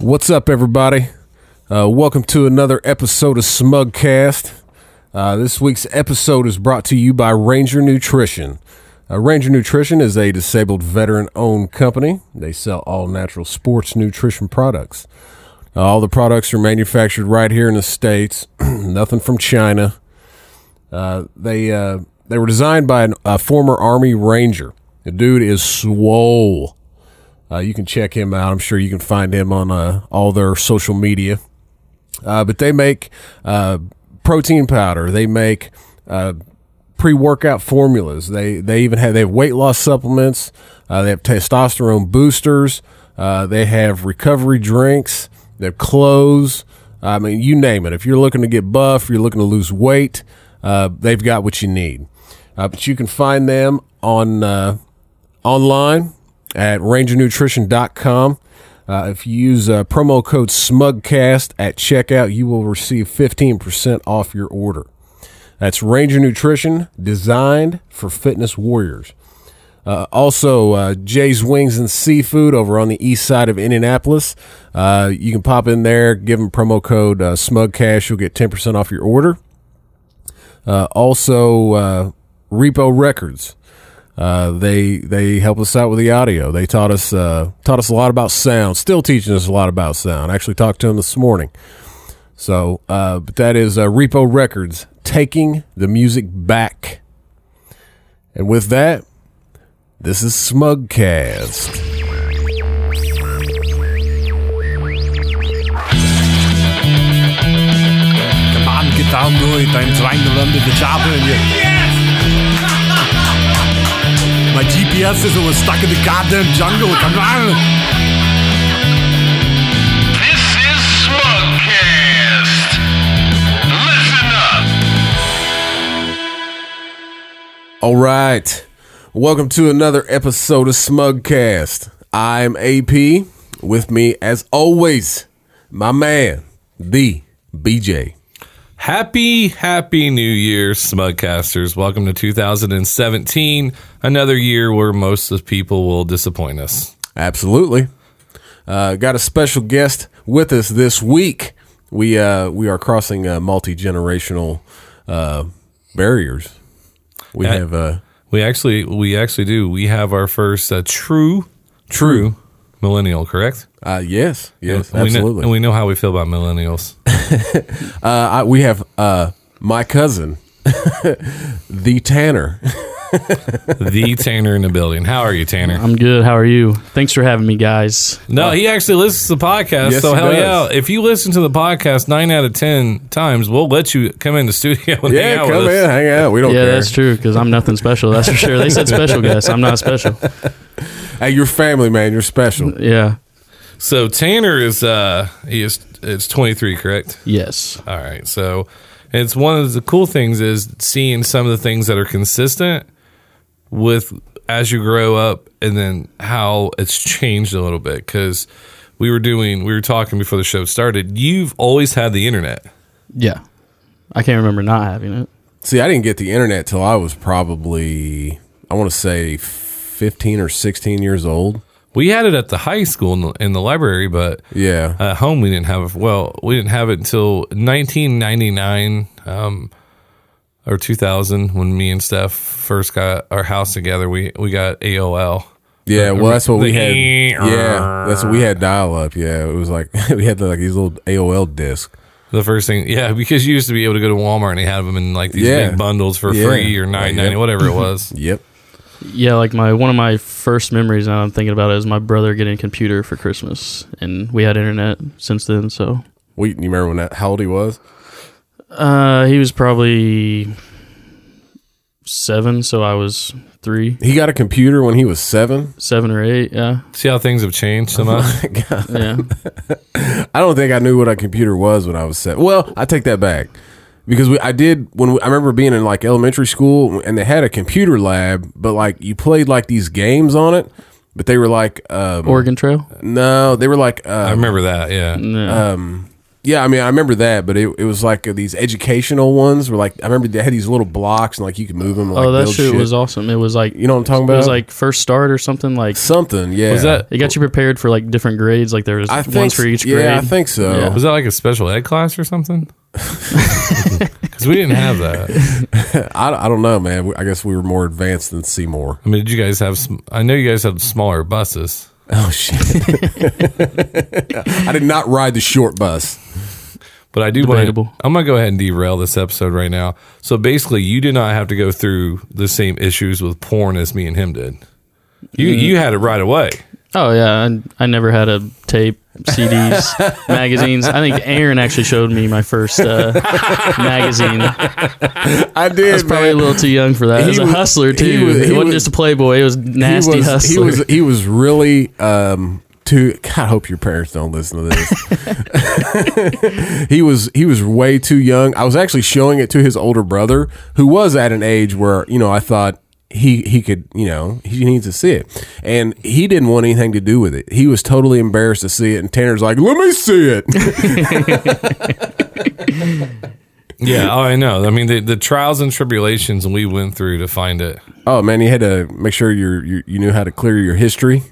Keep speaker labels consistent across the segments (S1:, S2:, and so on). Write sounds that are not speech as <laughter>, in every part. S1: What's up, everybody? Uh, welcome to another episode of Smugcast. Uh, this week's episode is brought to you by Ranger Nutrition. Uh, Ranger Nutrition is a disabled veteran owned company. They sell all natural sports nutrition products. Uh, all the products are manufactured right here in the States, <clears throat> nothing from China. Uh, they, uh, they were designed by an, a former Army Ranger. The dude is swole. Uh, you can check him out. I'm sure you can find him on uh, all their social media. Uh, but they make uh, protein powder. They make uh, pre-workout formulas. They they even have they have weight loss supplements. Uh, they have testosterone boosters. Uh, they have recovery drinks. They have clothes. I mean, you name it. If you're looking to get buff, you're looking to lose weight, uh, they've got what you need. Uh, but you can find them on uh, online at rangernutrition.com. Uh, if you use uh, promo code SMUGCAST at checkout, you will receive 15% off your order. That's Ranger Nutrition, designed for fitness warriors. Uh, also, uh, Jay's Wings and Seafood over on the east side of Indianapolis. Uh, you can pop in there, give them promo code uh, SMUGCASH. You'll get 10% off your order. Uh, also, uh, Repo Records. Uh, they they help us out with the audio. They taught us uh, taught us a lot about sound. Still teaching us a lot about sound. I actually talked to them this morning. So, uh, but that is uh, Repo Records taking the music back. And with that, this is Smugcast.
S2: Come on, get down to it. I'm trying to run to the chopper and you. My GPS is was stuck in the goddamn jungle. Come on.
S3: This is Smugcast. Listen up.
S1: All right, welcome to another episode of Smugcast. I'm AP. With me, as always, my man, the BJ.
S4: Happy, happy New Year, Smugcasters. Welcome to 2017, another year where most of people will disappoint us.
S1: Absolutely. Uh, got a special guest with us this week. We uh, we are crossing uh, multi generational uh, barriers. We
S4: Yeah.
S1: have uh,
S4: We actually, we actually do. We have our first uh, true, true millennial, correct?
S1: uh, yes, yes,
S4: And we know-
S1: absolutely.
S4: and we know how we feel about millennials.
S1: uh, I, we have uh, my cousin, <laughs> the Tanner. <laughs>
S4: the Tanner in the building. How are you, Tanner?
S5: I'm good. How are you? Thanks for having me, guys.
S4: No, he actually listens to the podcast.
S1: Yes,
S4: so
S1: he
S4: hell
S1: does.
S4: yeah! If you listen to the podcast nine out of ten times, we'll let you come in the studio. And hang
S1: yeah,
S4: out
S1: come
S4: with
S1: in,
S4: us.
S1: hang out. We don't
S5: <laughs> yeah,
S1: care.
S5: that's true because I'm nothing special. That's for sure. They said special guys. I'm not special.
S1: <laughs> Hey, your family, man. You're special.
S5: Yeah.
S4: So Tanner is uh he is it's 23, correct?
S5: Yes.
S4: All right. So it's one of the cool things is seeing some of the things that are consistent with as you grow up and then how it's <laughs> changed a little bit cuz we were doing we were talking before the show started. You've always had the internet.
S5: Yeah. I can't remember not having it.
S1: See, I didn't get the internet till I was probably I want to say fifteen or sixteen years old.
S4: We had it at the high school in the, in the library, but
S1: Yeah,
S4: at home we didn't have well we didn't have it until 1999 um, or 2000 when me and Steph first got our house together we we got AOL
S1: Yeah, well, that's what we
S4: the
S1: had.
S4: e-
S1: Yeah, that's what we had dial up. Yeah, it was like <laughs> we had like these little AOL discs.
S4: the first thing yeah because you used to be able to go to Walmart and they had them in like these
S1: Yeah.
S4: big bundles for
S1: Yeah.
S4: free or 9.90
S1: Yeah.
S4: whatever it was
S1: Yep.
S5: Yeah, like my one of my first memories now I'm thinking about it is my brother getting a computer for Christmas and we had internet since then, so
S1: We, you remember when that? How old he was?
S5: uh he was probably seven, so I was three.
S1: He got a computer when he was seven.
S5: Seven or eight, yeah.
S4: see how things have changed so much
S1: <laughs>
S5: Yeah.
S1: I don't think I knew what a computer was when I was seven. Well, I take that back because we, I did when we, I remember being in like elementary school and they had a computer lab, but like you played like these games on it, but they were like um,
S5: Oregon Trail?
S1: no, they were like
S4: I
S1: uh,
S4: remember that yeah
S5: No.
S1: um, Yeah, I mean, I remember that, but it, it was like uh, these educational ones were like I remember they had these little blocks and like you could move them. Like,
S5: oh, that
S1: build
S5: shit, was awesome. It was like
S1: You know what I'm talking
S5: It was
S1: about?
S5: like first start or something. Like
S1: something. Yeah,
S4: Was that
S5: it got you prepared for like different grades. Like there was
S1: I
S5: ones
S1: think
S5: for each
S1: yeah,
S5: grade.
S1: I think so.
S5: Yeah.
S4: was that like a special ed class or something? Because we didn't have that.
S1: I, I don't know, man. We- I guess we were more advanced than Seymour.
S4: I mean, did you guys have? Sm- I know you guys had smaller buses.
S1: Oh shit! <laughs> I did not ride the short bus.
S4: But I do
S5: Debatable.
S4: want I'm going to go ahead and derail this episode right now. So basically, you did not have to go through the same issues with porn as me and him did. You you had it right away.
S5: Oh yeah, and I never had a tape,
S1: <laughs>
S5: CDs, magazines. I think Aaron actually showed me my first uh, magazine. I
S1: I did.
S5: was probably a little too young for that. He was
S1: He
S5: a
S1: was-
S5: hustler
S1: he
S5: too. He,
S1: was- he
S5: wasn't
S1: was-
S5: just a playboy. It was nasty
S1: he was,
S5: hustler.
S1: He
S5: <laughs>
S1: was he was really um too God, I hope your parents don't listen to
S5: <laughs>
S1: this. he was he was way too young. I was actually showing it to his older brother, who was at an age where, you know, I thought he he could, you know, he needs to see it. And he didn't want anything to do with it. He was totally embarrassed to see it and Tanner's like, "Let me see
S5: <laughs>
S1: it."
S4: Yeah, oh, I know. I mean, the, the trials and tribulations we went through to find it.
S1: oh man, you had to make sure you you you knew how to clear your history.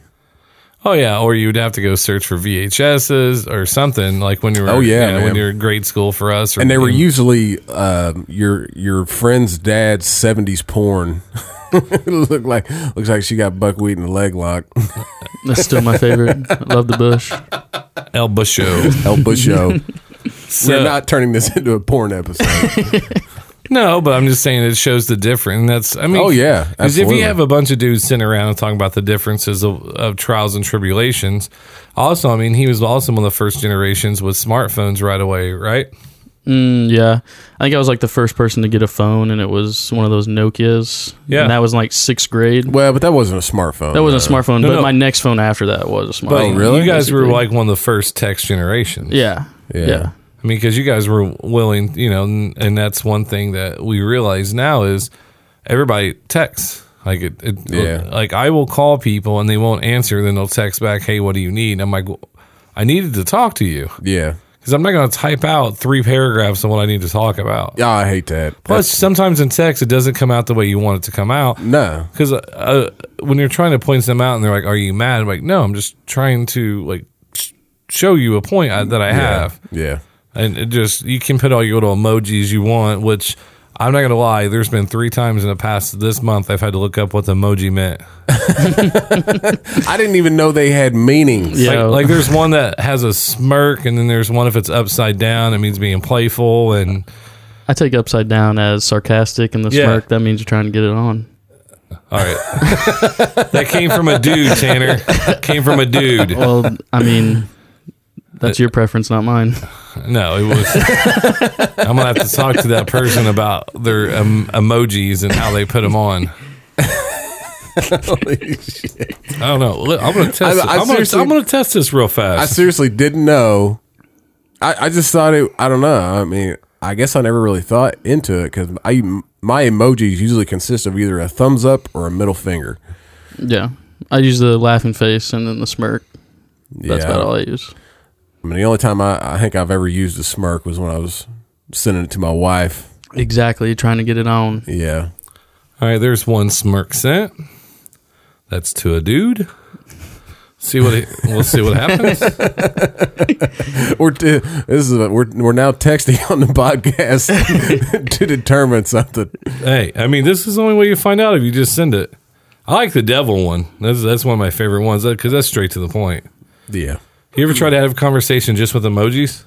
S4: Oh yeah, or you would have to go search for VHSs or something like when you were.
S1: Oh, yeah,
S4: when
S1: man.
S4: you were in grade school for us. Or
S1: And they were usually um, your your friend's dad's seventies porn. <laughs> Look like looks like she got buckwheat in the leg lock.
S5: That's still my favorite. I love the
S1: <laughs>
S5: bush.
S4: El Busho.
S1: El Busho.
S4: So-
S1: We're not turning this into a porn
S4: <laughs>
S1: episode.
S4: <laughs> No, but I'm just saying it shows the difference. And that's, I mean,
S1: Oh, yeah,
S4: because if
S1: absolutely.
S4: you have a bunch of dudes sitting around and talking about the differences of, of trials and tribulations, also, I mean, he was also one of the first generations with smartphones right away, right?
S5: Mm, yeah, I think I was like the first person to get a phone, and it was one of those Nokia's.
S4: Yeah.
S5: and that was in, like sixth grade.
S1: well, but that wasn't a smartphone.
S5: That wasn't a smartphone,
S4: No,
S5: but
S4: no.
S5: my next phone after that was a smartphone.
S1: Oh, Uh, really?
S4: You guys were
S5: basically.
S4: like one of the first text generations.
S5: yeah,
S1: Yeah.
S5: yeah.
S4: I mean, because you guys were willing, you know, n- and that's one thing that we realize now is everybody texts. Like it, it
S1: Yeah.
S4: like I will call people and they won't answer. Then they'll text back, "Hey, what do you need?" And I'm like, "I needed to talk to you."
S1: Yeah.
S4: because I'm not going to type out three paragraphs on what I need to talk about.
S1: Yeah, I hate that.
S4: Plus, sometimes in text, it doesn't come out the way you want it to come out.
S1: No.
S4: Because uh, uh, when you're trying to point them out and they're like, Are you mad? I'm like, No, I'm just trying to like sh- show you a point I, that I have.
S1: Yeah.
S4: And it just, you can put all your little emojis you want, which I'm not going to lie, there's been three times in the past this month I've had to look up what the emoji meant.
S1: I didn't even know they had meanings.
S5: Yeah.
S4: Like, like there's one that has a smirk, and then there's one if it's upside down, it means being playful. And
S5: I take upside down as sarcastic, and the
S4: Yeah.
S5: smirk that means you're trying to get
S1: <laughs>
S5: it on.
S4: All right. <laughs> that came from a dude, Tanner. Came from a dude.
S5: Well, I mean, that's your preference, not
S1: <laughs>
S5: mine.
S4: No, it was. I'm going to have to talk to that person about their um, emojis and how they put them on. I don't know. Look, I'm going to test.
S1: I- I
S4: I, am going to.
S1: seriously-
S4: I'm going to test this real
S1: I
S4: fast.
S1: seriously didn't know. I, I just thought it. I don't know. I mean, I guess I never really thought into it because I my emojis usually consist of either a thumbs up or a middle finger.
S5: Yeah, I use the laughing face and then the smirk. That's
S1: Yeah.
S5: about all I use.
S1: I mean, the only time I, I think I've ever used a smirk was when I was sending it to my wife.
S5: Exactly, trying to get it on.
S1: Yeah. <laughs>
S4: All right. There's one smirk sent. That's to a dude. See what it, we'll see
S1: <laughs>
S4: what happens.
S1: Or to, this is we're we're now texting <laughs> on the podcast to determine something.
S4: Hey, I mean, this is the only way you find out if you just send it. I like the devil one. That's that's one of my favorite ones because that's straight to the point.
S1: Yeah.
S4: You ever try to have a conversation just with emojis?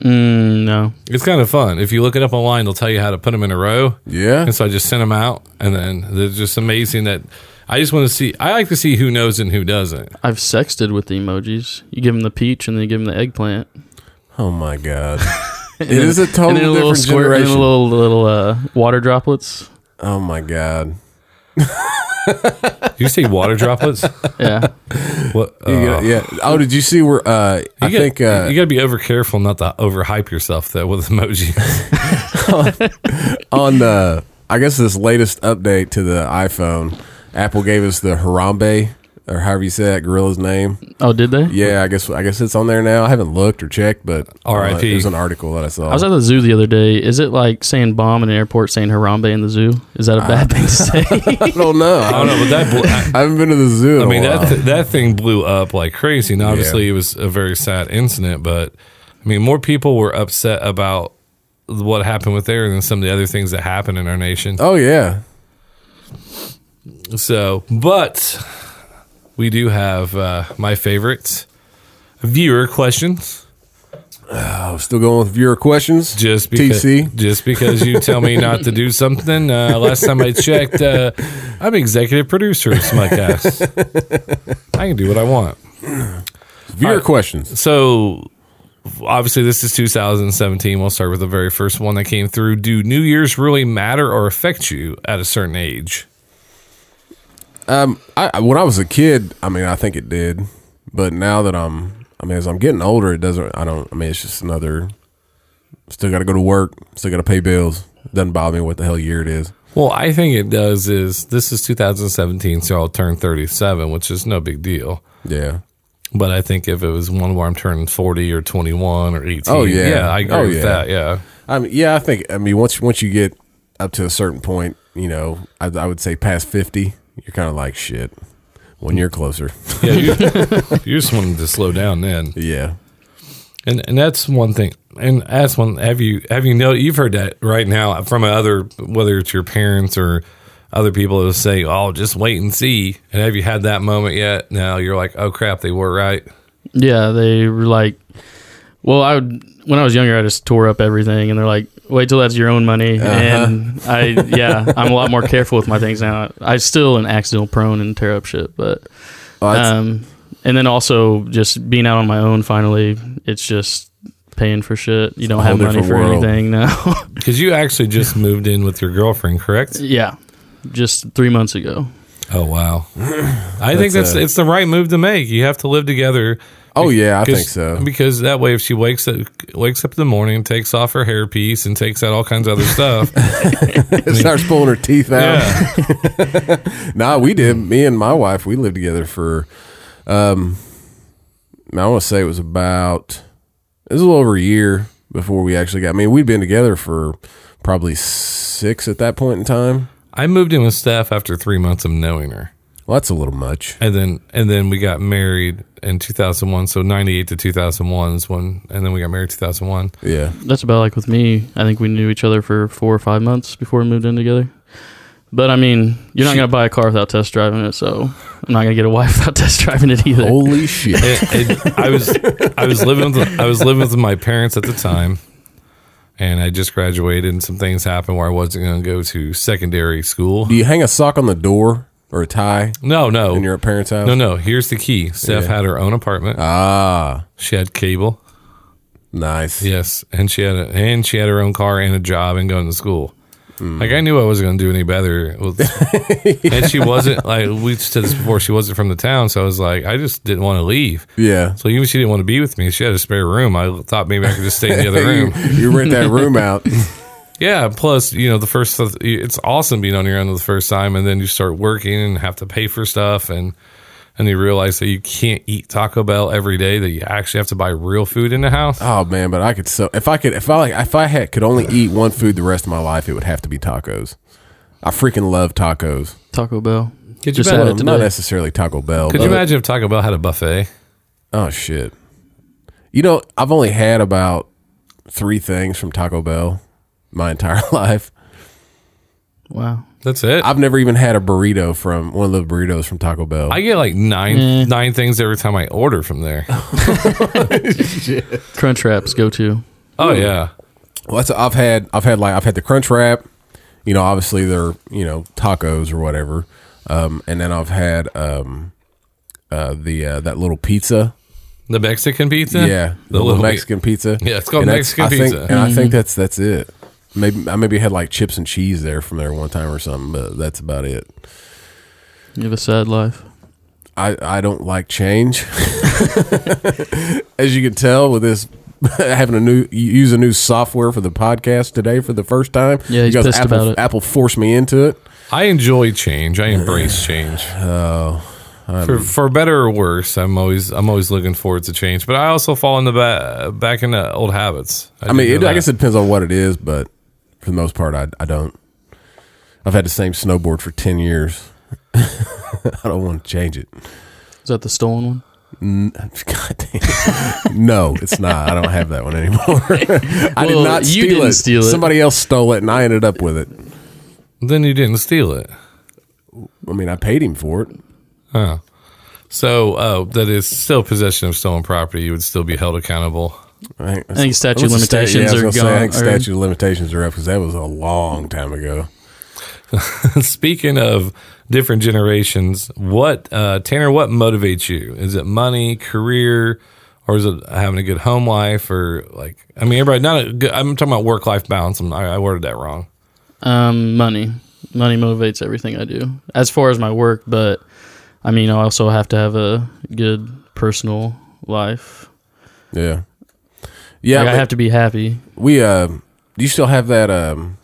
S5: Mm, No,
S4: It's kind of fun. If you look it up online, they'll tell you how to put them in a row.
S1: Yeah.
S4: And so I just sent them out, and then they're just amazing that I just want to see. I like to see who knows and who doesn't.
S5: I've sexted with the emojis. You give them the peach, and then you give them the eggplant.
S1: Oh my
S5: <laughs>
S1: god. It is a
S5: and
S1: totally
S5: then a little
S1: different
S5: squirt, and
S1: generation.
S5: then a little little uh, water
S1: <laughs>
S5: droplets.
S1: oh my god.
S4: Do you say
S1: <laughs>
S4: water droplets?
S5: Yeah,
S4: What? Uh,
S1: You gotta- yeah. Oh, did you see where? Uh, I
S4: you
S1: think.
S4: gotta-
S1: Uh,
S4: you got to be over careful not to overhype yourself though
S1: <laughs>
S4: with emojis.
S1: on the I guess this latest update to the iPhone, Apple gave us the Harambe or however you say that gorilla's name.
S5: Oh, did they?
S1: Yeah, I guess I guess it's on there now. I haven't looked or checked, but
S4: R.I.P..
S1: uh, There's an article that I saw.
S5: I was at the zoo the other day. Is it like saying bomb in an airport, saying Harambe in the zoo? Is that a bad
S1: Uh,
S5: thing
S1: <laughs>
S5: to say?
S1: I don't know. I,
S4: I don't know, but that. Bl-
S1: <laughs>
S4: I,
S1: haven't been to the zoo. In
S4: I mean,
S1: a while.
S4: that that thing blew up like crazy. And obviously, it was a very sad incident, but I mean, more people were upset about what happened with there than some of the other things that happened in our nation.
S1: oh yeah,
S4: So, but we do have uh, my favorites viewer questions.
S1: I'm still going with viewer questions.
S4: Just because,
S1: TC.
S4: just because you tell me not to do something. Uh, last time I checked, uh, I'm executive producer of Smuckass. I can do what I want.
S1: Viewer
S4: Alright.
S1: questions.
S4: So obviously this is 2017. We'll start with the very first one that came through. Do New Year's really matter or affect you at a certain age?
S1: I I- when I was a kid, I mean, I think it did, but now that I'm, I mean, as I'm getting older, it doesn't. I don't. I mean, it's just another. Still got to go to work. Still got to pay bills. Doesn't bother me what the hell year it is.
S4: Well, I think it does is this is 2017, so I'll turn 37, which is no big deal.
S1: Yeah.
S4: But I think if it was one where I'm turning 40 or 21 or 18,
S1: Oh, yeah.
S4: I agree
S1: Oh,
S4: with
S1: yeah.
S4: that. Yeah.
S1: I mean, yeah, I think. I mean, once once you get up to a certain point, you know, I, I would say past fifty, you're kind of like shit. One year closer.
S4: Yeah, you, you <laughs> just wanted to slow down then,
S1: yeah.
S4: and and that's one thing. And that's one. Have you have you know you've heard that right now from other whether it's your parents or other people who say, "Oh, just wait and see." And have you had that moment yet? Now you're like, "Oh crap, they were right."
S5: yeah, they were like, well, I would, when I was younger, I just tore up everything, and they're like, wait till that's your own money.
S1: Uh-huh.
S5: And I,
S1: <laughs>
S5: yeah, I'm a lot more careful with my things now. I still am accidental prone and tear up shit, but
S1: Oh, that's-
S5: um, and then also just being out on my own. Finally, it's just paying for shit. You don't
S1: a
S5: have
S1: whole
S5: money
S1: different
S5: for
S1: world.
S5: anything now. <laughs>
S4: Because you actually just moved in with your girlfriend, correct?
S5: yeah, just three months ago.
S1: <clears throat>
S4: Oh wow, I think
S1: That's
S4: that's
S1: a-
S4: it's the right move to make. You have to live together.
S1: oh yeah, I
S4: Because-
S1: think so.
S4: Because that way, if she wakes up, wakes up in the morning, and takes off her hairpiece, and takes out all kinds of
S1: <laughs>
S4: other stuff,
S1: Starts pulling her teeth out.
S4: yeah,
S1: <laughs> Nah, we did. Me and my wife, we lived together for, um, I want to say it was about, it was a little over a year before we actually got. I mean, we'd been together for probably six at that point in time.
S4: I moved in with Steph after three months of knowing her,
S1: Well, that's a little much.
S4: and then and then we got married in 2001. So 98 to 2001 is when, and then we got married
S1: <laughs>
S4: 2001.
S1: Yeah.
S5: That's about like with me. I think we knew each other for four or five months before we moved in together. But I mean, you're not gonna buy a car without test driving it, so I'm not gonna get a <laughs> wife without test driving it either.
S4: <laughs>
S1: Holy shit.
S4: It- it- I was I was living with I was living with my parents at the time, and I just graduated, and some things happened where I wasn't going to go to secondary school.
S1: Do you hang a sock on the door or a tie
S4: No, no,
S1: when you're at parents' house?
S4: No, no. Here's the key. Steph
S1: Yeah.
S4: had her own apartment.
S1: Ah,
S4: she had cable.
S1: nice.
S4: Yes, and she had a, and she had her own car and a job and going to school.
S1: Hmm.
S4: Like I knew I wasn't going to do any better.
S1: <laughs>
S4: Well, And she wasn't like we said this before. She wasn't from the town, so I was like, I just didn't want to leave.
S1: Yeah.
S4: So even if she didn't want to be with me. She had a spare room. I thought maybe I could just stay in
S1: <laughs>
S4: the other room.
S1: You, you rent that room
S4: <laughs>
S1: out.
S4: Yeah. Plus, you know, the first it's awesome being on your own the first time, and then you start working and have to pay for stuff, and and you realize that you can't eat Taco Bell every day. That you actually have to buy real food in the house.
S1: Oh man, but I could so if I could if I like if I had could only eat one food the rest of my life, it would have to be tacos. I freaking love tacos.
S5: Taco Bell.
S4: Could you
S5: Just
S4: bet-
S5: had
S1: Well,
S5: it
S1: not
S5: today.
S1: necessarily Taco Bell.
S4: Could
S1: but-
S4: you imagine if Taco Bell had a buffet?
S1: Oh shit! You know, I've only had about three things from Taco Bell my <laughs> entire life.
S5: Wow.
S4: That's it. I,
S1: I've never even had a burrito from one of the burritos from Taco Bell.
S4: get like nine
S1: Mm.
S4: nine things every time I order
S1: <sighs>
S4: from there.
S5: Crunch wraps go to.
S4: Oh yeah.
S1: Well, that's I've had I've had like I've had the crunch wrap, you know, obviously they're you know tacos or whatever, um, and then I've had um, uh, the uh, that little pizza,
S4: The Mexican pizza?
S1: yeah, the, little, Mexican pizza.
S4: Yeah, it's called
S1: And that's-
S4: Mexican
S1: I think-
S4: pizza.
S1: and I
S5: Mm.
S1: think that's that's it. Maybe I maybe had like chips and cheese there from there one time or something, but that's about it.
S5: You have a sad life.
S1: I I don't like change, <laughs> as you can tell with this. <laughs> Having a new use a new software for the podcast today for the first time.
S5: Yeah, he's
S1: Because
S5: pissed
S1: Apple,
S5: about it.
S1: Apple forced me into it. Oh,
S4: I enjoy change. I embrace change. for for better or worse, I'm always I'm always looking forward to change. But I also fall in the ba- back into old habits.
S1: I mean, it, I guess it depends on what it is, but for the most part, I, I don't. I've had the same snowboard for 10 years. <laughs> I don't want to change it.
S5: Is that the stolen one?
S1: God damn. <laughs> no, it's not. I don't have that one anymore. <laughs> I did
S5: Well,
S1: not
S5: you
S1: steal,
S5: didn't
S1: it.
S5: steal it.
S1: Somebody else stole it and I ended up with it.
S4: then you didn't steal it.
S1: I mean, I paid him for it.
S4: Oh. So uh, that is still possession of stolen property. You would still be held accountable. <laughs>
S1: I
S5: I think statute of
S1: What's the sta-
S5: limitations
S1: yeah, I
S5: are
S1: was gonna say, I
S5: gone.
S1: think
S5: or-
S1: statute of limitations are up because that was a long time ago.
S4: Speaking of different generations, what uh, Tanner? What motivates you? Is it money, career, or is it having a good home life? Or like, I mean, everybody. Not. A good, I'm talking about work life balance. I'm, I, I worded that wrong.
S5: Um, money. Money motivates everything I do, as far as my work. But I mean, I also have to have a good personal life.
S1: Yeah. Yeah.
S5: Like, I
S1: but
S5: have to be happy.
S1: we, uh, do you still have that, um,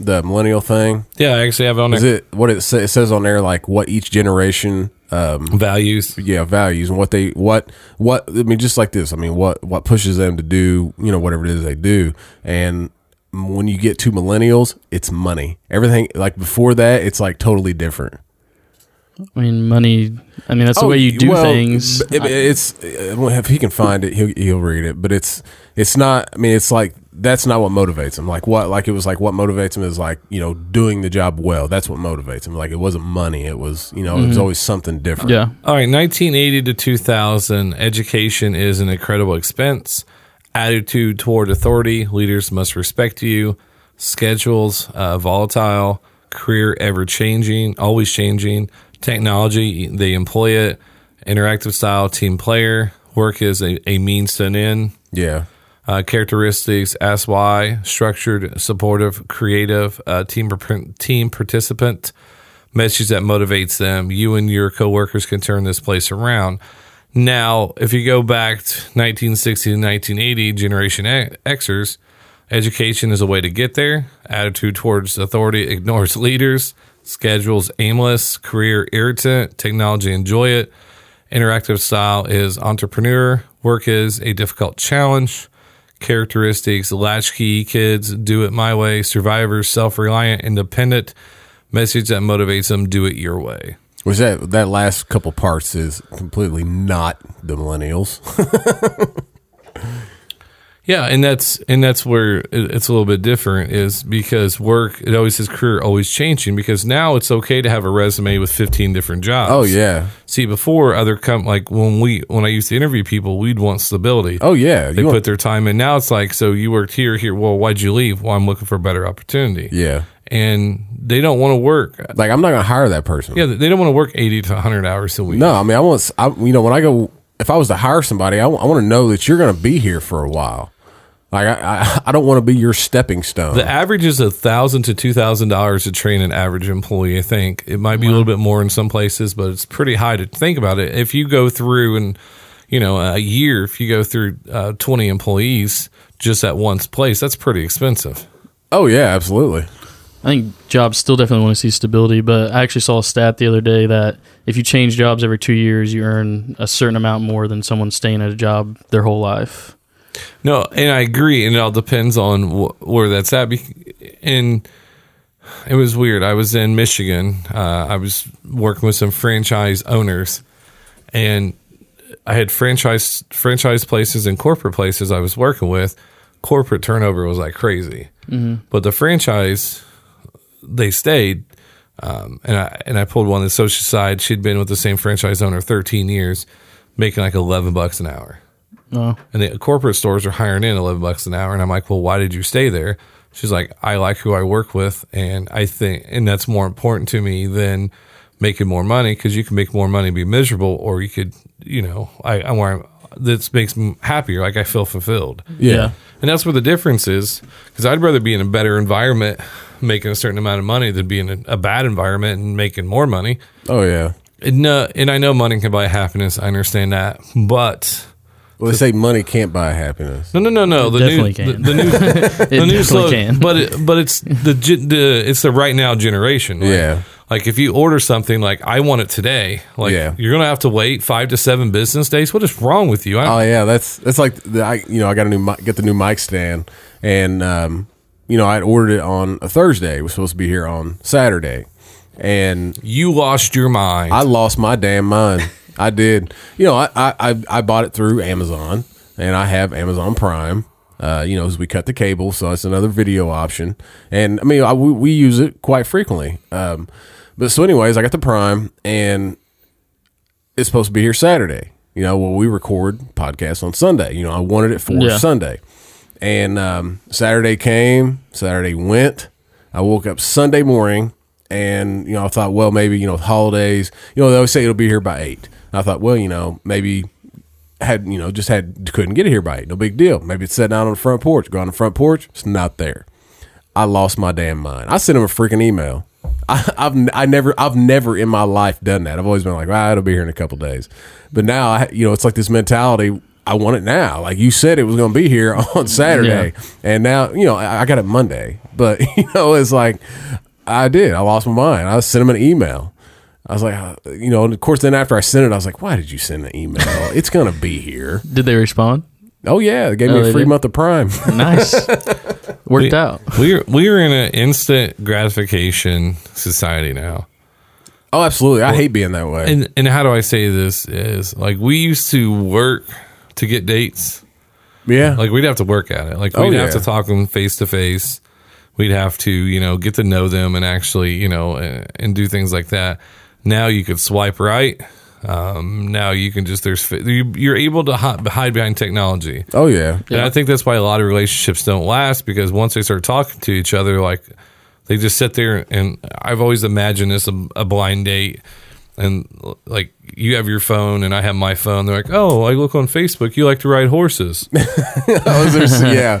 S1: the millennial thing?
S4: Yeah, I actually have it on
S1: Is
S4: there.
S1: it what it, sa- it says on there? Like what each generation, um,
S4: values.
S1: yeah, values and what they what what I mean, just like this. I mean, what what pushes them to do you know whatever it is they do. And when you get to millennials, it's money. Everything like before that, it's like totally different.
S5: I mean, money. I mean, that's the way you do
S1: Oh, well,
S5: things.
S1: b- It, it's uh, well, if he can find it, he'll he'll read it. But it's it's not. I mean, it's like that's not what motivates him. Like what? Like it was like what motivates him is like you know doing the job well. That's what motivates him. Like it wasn't money. It was you know it was always something different.
S5: Mm-hmm. yeah.
S4: All right, 1980 to 2000, education is an incredible expense. Attitude toward authority, leaders must respect you. Schedules uh, volatile, career ever changing, always changing. Technology, they employ it. Interactive style, team player. Work is a, a means to an end.
S1: yeah.
S4: Uh, characteristics: Ask why, structured, supportive, creative, uh, team par- team participant. Message that motivates them. You and your coworkers can turn this place around. Now, if you go back to 1960 to 1980, Generation A- Xers, education is a way to get there. Attitude towards authority ignores <laughs> leaders. Schedules aimless. Career irritant. Technology enjoy it. Interactive style is entrepreneur. Work is a difficult challenge characteristics latchkey kids, do it my way, survivors, self reliant, independent, message that motivates them, do it your way.
S1: Which that that last couple parts is completely not the millennials.
S4: Yeah, and that's and that's where it- it's a little bit different is because work it always his career always changing because now it's okay to have a resume with 15 different jobs.
S1: oh yeah.
S4: See, before other com- like when we when I used to interview people, we'd want stability.
S1: Oh yeah.
S4: they
S1: You
S4: put
S1: want-
S4: their time in. Now it's like, so you worked here, here. Well, why'd you leave? Well, I'm looking for a better opportunity.
S1: yeah.
S4: And they don't want to work
S1: Like I'm not gonna hire that person.
S4: Yeah, they don't want to work 80 to 100 hours a week.
S1: No, I mean I want s- I, you know when I go if I was to hire somebody, I want to know that you're going to be here for a while. Like I, I, I don't want to be your stepping stone.
S4: The average is a thousand to two thousand dollars to train an average employee. I think it might be a little bit more in some places, but it's pretty high to think about it. If you go through and you know a year, if you go through uh, twenty employees just at one place, that's pretty expensive.
S1: oh yeah, absolutely.
S5: I think jobs still definitely want to see stability, but I actually saw a stat the other day that if you change jobs every two years, you earn a certain amount more than someone staying at a job their whole life.
S4: No, and I agree, and it all depends on wh- where that's at. Bec- And it was weird. I was in Michigan. Uh, I was working with some franchise owners, and I had franchise franchise places and corporate places I was working with. Corporate turnover was like crazy, but the franchise they stayed. Um, and I and I pulled one on the social side. She'd been with the same franchise owner 13 years, making like 11 bucks an hour and the corporate stores are hiring in 11 bucks an hour and i'm like well why did you stay there she's like i like who i work with and i think and that's more important to me than making more money because you can make more money and be miserable or you could you know i i'm where I'm, this makes me happier like i feel fulfilled
S1: Yeah.
S4: and that's where the difference is because i'd rather be in a better environment making a certain amount of money than be in a, a bad environment and making more money
S1: Oh yeah.
S4: and, uh, and i know money can buy happiness i understand that but
S1: Well, they say money can't buy happiness.
S4: no, no, no, no. The
S5: definitely
S4: new,
S5: can.
S4: The, the new,
S5: <laughs>
S4: the
S5: It
S4: new
S5: definitely
S4: slogan,
S5: can.
S4: but it, but it's the, ge- the it's the right now generation. right?
S1: Yeah.
S4: Like if you order something, like I want it today, like
S1: Yeah.
S4: you're gonna have to wait five to seven business days. What is wrong with you? I,
S1: Oh yeah, that's that's like the, I you know I got a new mi- get the new mic stand and um, you know I'd ordered it on a Thursday. It was supposed to be here on Saturday, and
S4: you lost your mind.
S1: I lost my damn mind. I did. You know I I I, I bought it through Amazon and I have Amazon Prime. Uh, you know, as we cut the cable, so that's another video option. And I mean, I, we, we use it quite frequently. Um, but so, anyways, I got the Prime, and it's supposed to be here Saturday. You know, well, we record podcasts on Sunday. You know, I wanted it for
S5: Yeah.
S1: Sunday. And um, Saturday came, Saturday went. I woke up Sunday morning and, you know, I thought, well, maybe, you know, holidays, you know, they always say it'll be here by eight. And I thought, well, you know, maybe had, you know, just had, couldn't get it here by eight. No big deal. Maybe it's sitting out on the front porch. Go on the front porch. It's not there. I lost my damn mind. I sent him a freaking email. I, I've n- I never I've never in my life done that. I've always been like, ah, it'll be here in a couple days. But now I you know it's like this mentality. I want it now. Like you said, it was going to be here <laughs> on Saturday, and now you know I, I got it Monday. But <laughs> you know it's like I did. I lost my mind. I sent him an email. I was like, uh, you know, and of course, then after I sent it, I was like, why did you send an email? <laughs> It's going to be here.
S5: Did they respond?
S1: Oh yeah, they gave
S5: Oh,
S1: me
S5: they
S1: a free
S5: did?
S1: month of Prime. <laughs>
S5: Nice. Worked out.
S4: we are we are in an instant gratification society now.
S1: oh, absolutely. I hate being that way.
S4: and and how do I say this is like we used to work to get dates.
S1: yeah.
S4: Like we'd have to work at it. Like we'd
S1: Oh,
S4: have
S1: yeah.
S4: to talk them face to face. We'd have to you know get to know them and actually you know and, and do things like that. Now you could swipe right. Um, now you can just there's fi- you, you're able to hi- hide behind technology.
S1: oh yeah.
S4: And I think that's why a lot of relationships don't last because once they start talking to each other, like they just sit there and I've always imagined this a, a blind date. And like you have your phone and I have my phone. They're like, oh, I look on Facebook. You like to ride horses. and
S1: Oh, there's- yeah.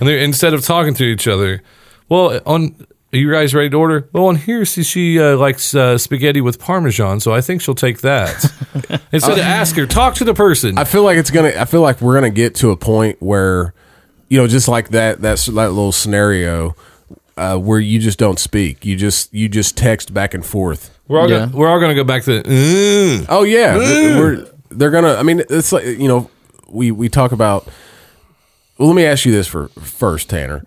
S4: they're instead of talking to each other, well, on are you guys ready to order? Well, on here, see, she uh, likes uh, spaghetti with Parmesan, so I think she'll take that. instead of ask her, talk to the person.
S1: I feel like it's gonna. I feel like we're gonna get to a point where, you know, just like that. That's that little scenario uh, where you just don't speak. You just you just text back and forth.
S4: we're all
S5: Yeah.
S4: gonna, we're all going to go back to. "Mm."
S1: Oh yeah, Th- we're they're gonna. I mean, it's like you know, we we talk about. Well, let me ask you this for first, Tanner.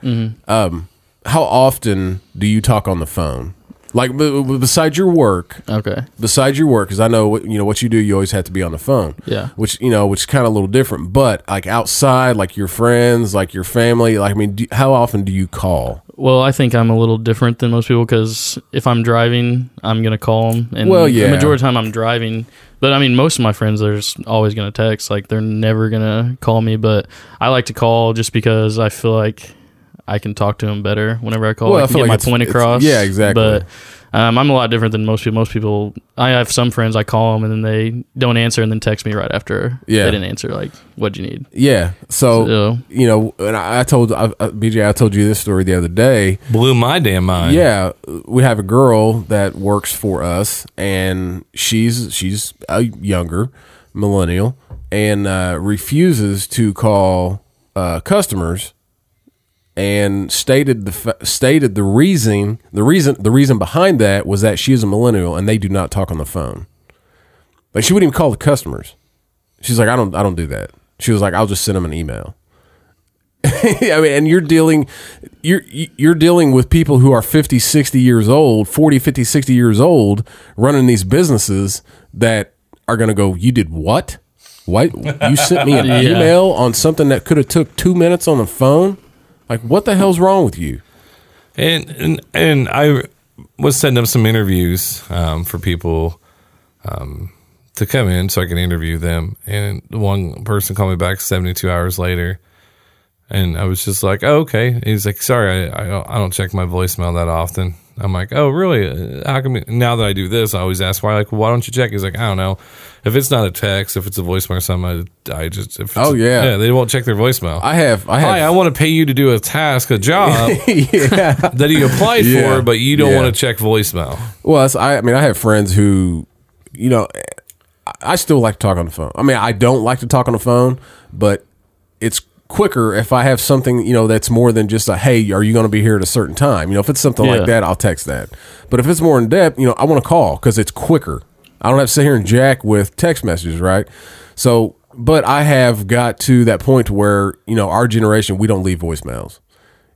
S1: Um, how often do you talk on the phone? Like b- b- besides your work,
S5: Okay.
S1: besides your work because i know what you know what you do you always have to be on the phone
S5: Yeah.
S1: which you know which is kind of a little different but like outside like your friends like your family like i mean do, how often do you call
S5: Well, I think I'm a little different than most people because if I'm driving, I'm gonna call them, and
S1: Well, yeah.
S5: the majority of the time I'm driving. But I mean, most of my friends, they're just always gonna text. Like they're never gonna call me, but I like to call just because I feel like I can talk to them better whenever I call.
S1: Well, I
S5: I can
S1: feel
S5: get
S1: like
S5: my point
S1: it's- it's-
S5: across.
S1: yeah, exactly.
S5: But um, I'm a lot different than most people. Most people, I have some friends I call them and then they don't answer and then text me right after.
S1: Yeah.
S5: they didn't answer. Like, what'd you need?
S1: yeah so
S5: So-
S1: you know and i, I told I, I, bj i told you this story the other day
S4: blew my damn mind.
S1: yeah we have a girl that works for us and she's she's a younger millennial and uh, refuses to call uh, customers and stated the fa- stated the reason the reason the reason behind that was that she is a millennial and they do not talk on the phone. Like she wouldn't even call the customers. She's like, I don't I don't do that. She was like, I'll just send them an email. <laughs> I mean, and you're dealing you're you're dealing with people who are 50, 60 years old, 40, 50, 60 years old running these businesses that are going to go, you did what? Why you sent me an
S5: Yeah.
S1: email on something that could have took 2 minutes on the phone? Like, what the hell's wrong with you?
S4: and and, and I was setting up some interviews um, for people um, to come in so I can interview them. And one person called me back 72 hours later, and I was just like, oh, "Okay." He's like, "Sorry, I I don't, I don't check my voicemail that often." I'm like, "Oh, really? Uh, How come?" you-" Now that I do this, I always ask why. Like, why don't you check? He's like, "I don't know. If it's not a text, if it's a voicemail or something, I, I just if it's
S1: Oh, yeah.
S4: yeah, they won't check their voicemail."
S1: I have, I
S4: Hi, I
S1: have,
S4: want to pay you to do a task, a job
S1: <laughs> yeah.
S4: that you applied
S1: Yeah.
S4: for, but you don't
S1: Yeah.
S4: want to check voicemail.
S1: Well, that's, I, I mean, I have friends who, you know, I- I still like to talk on the phone. I mean, I don't like to talk on the phone, but it's quicker if I have something, you know, that's more than just a, hey, are you going to be here at a certain time? You know, if it's something
S5: Yeah.
S1: like that, I'll text that. But if it's more in depth, you know, I want to call because it's quicker. I don't have to sit here and jack with text messages, right? So, but I have got to that point where, you know, our generation, we don't leave voicemails.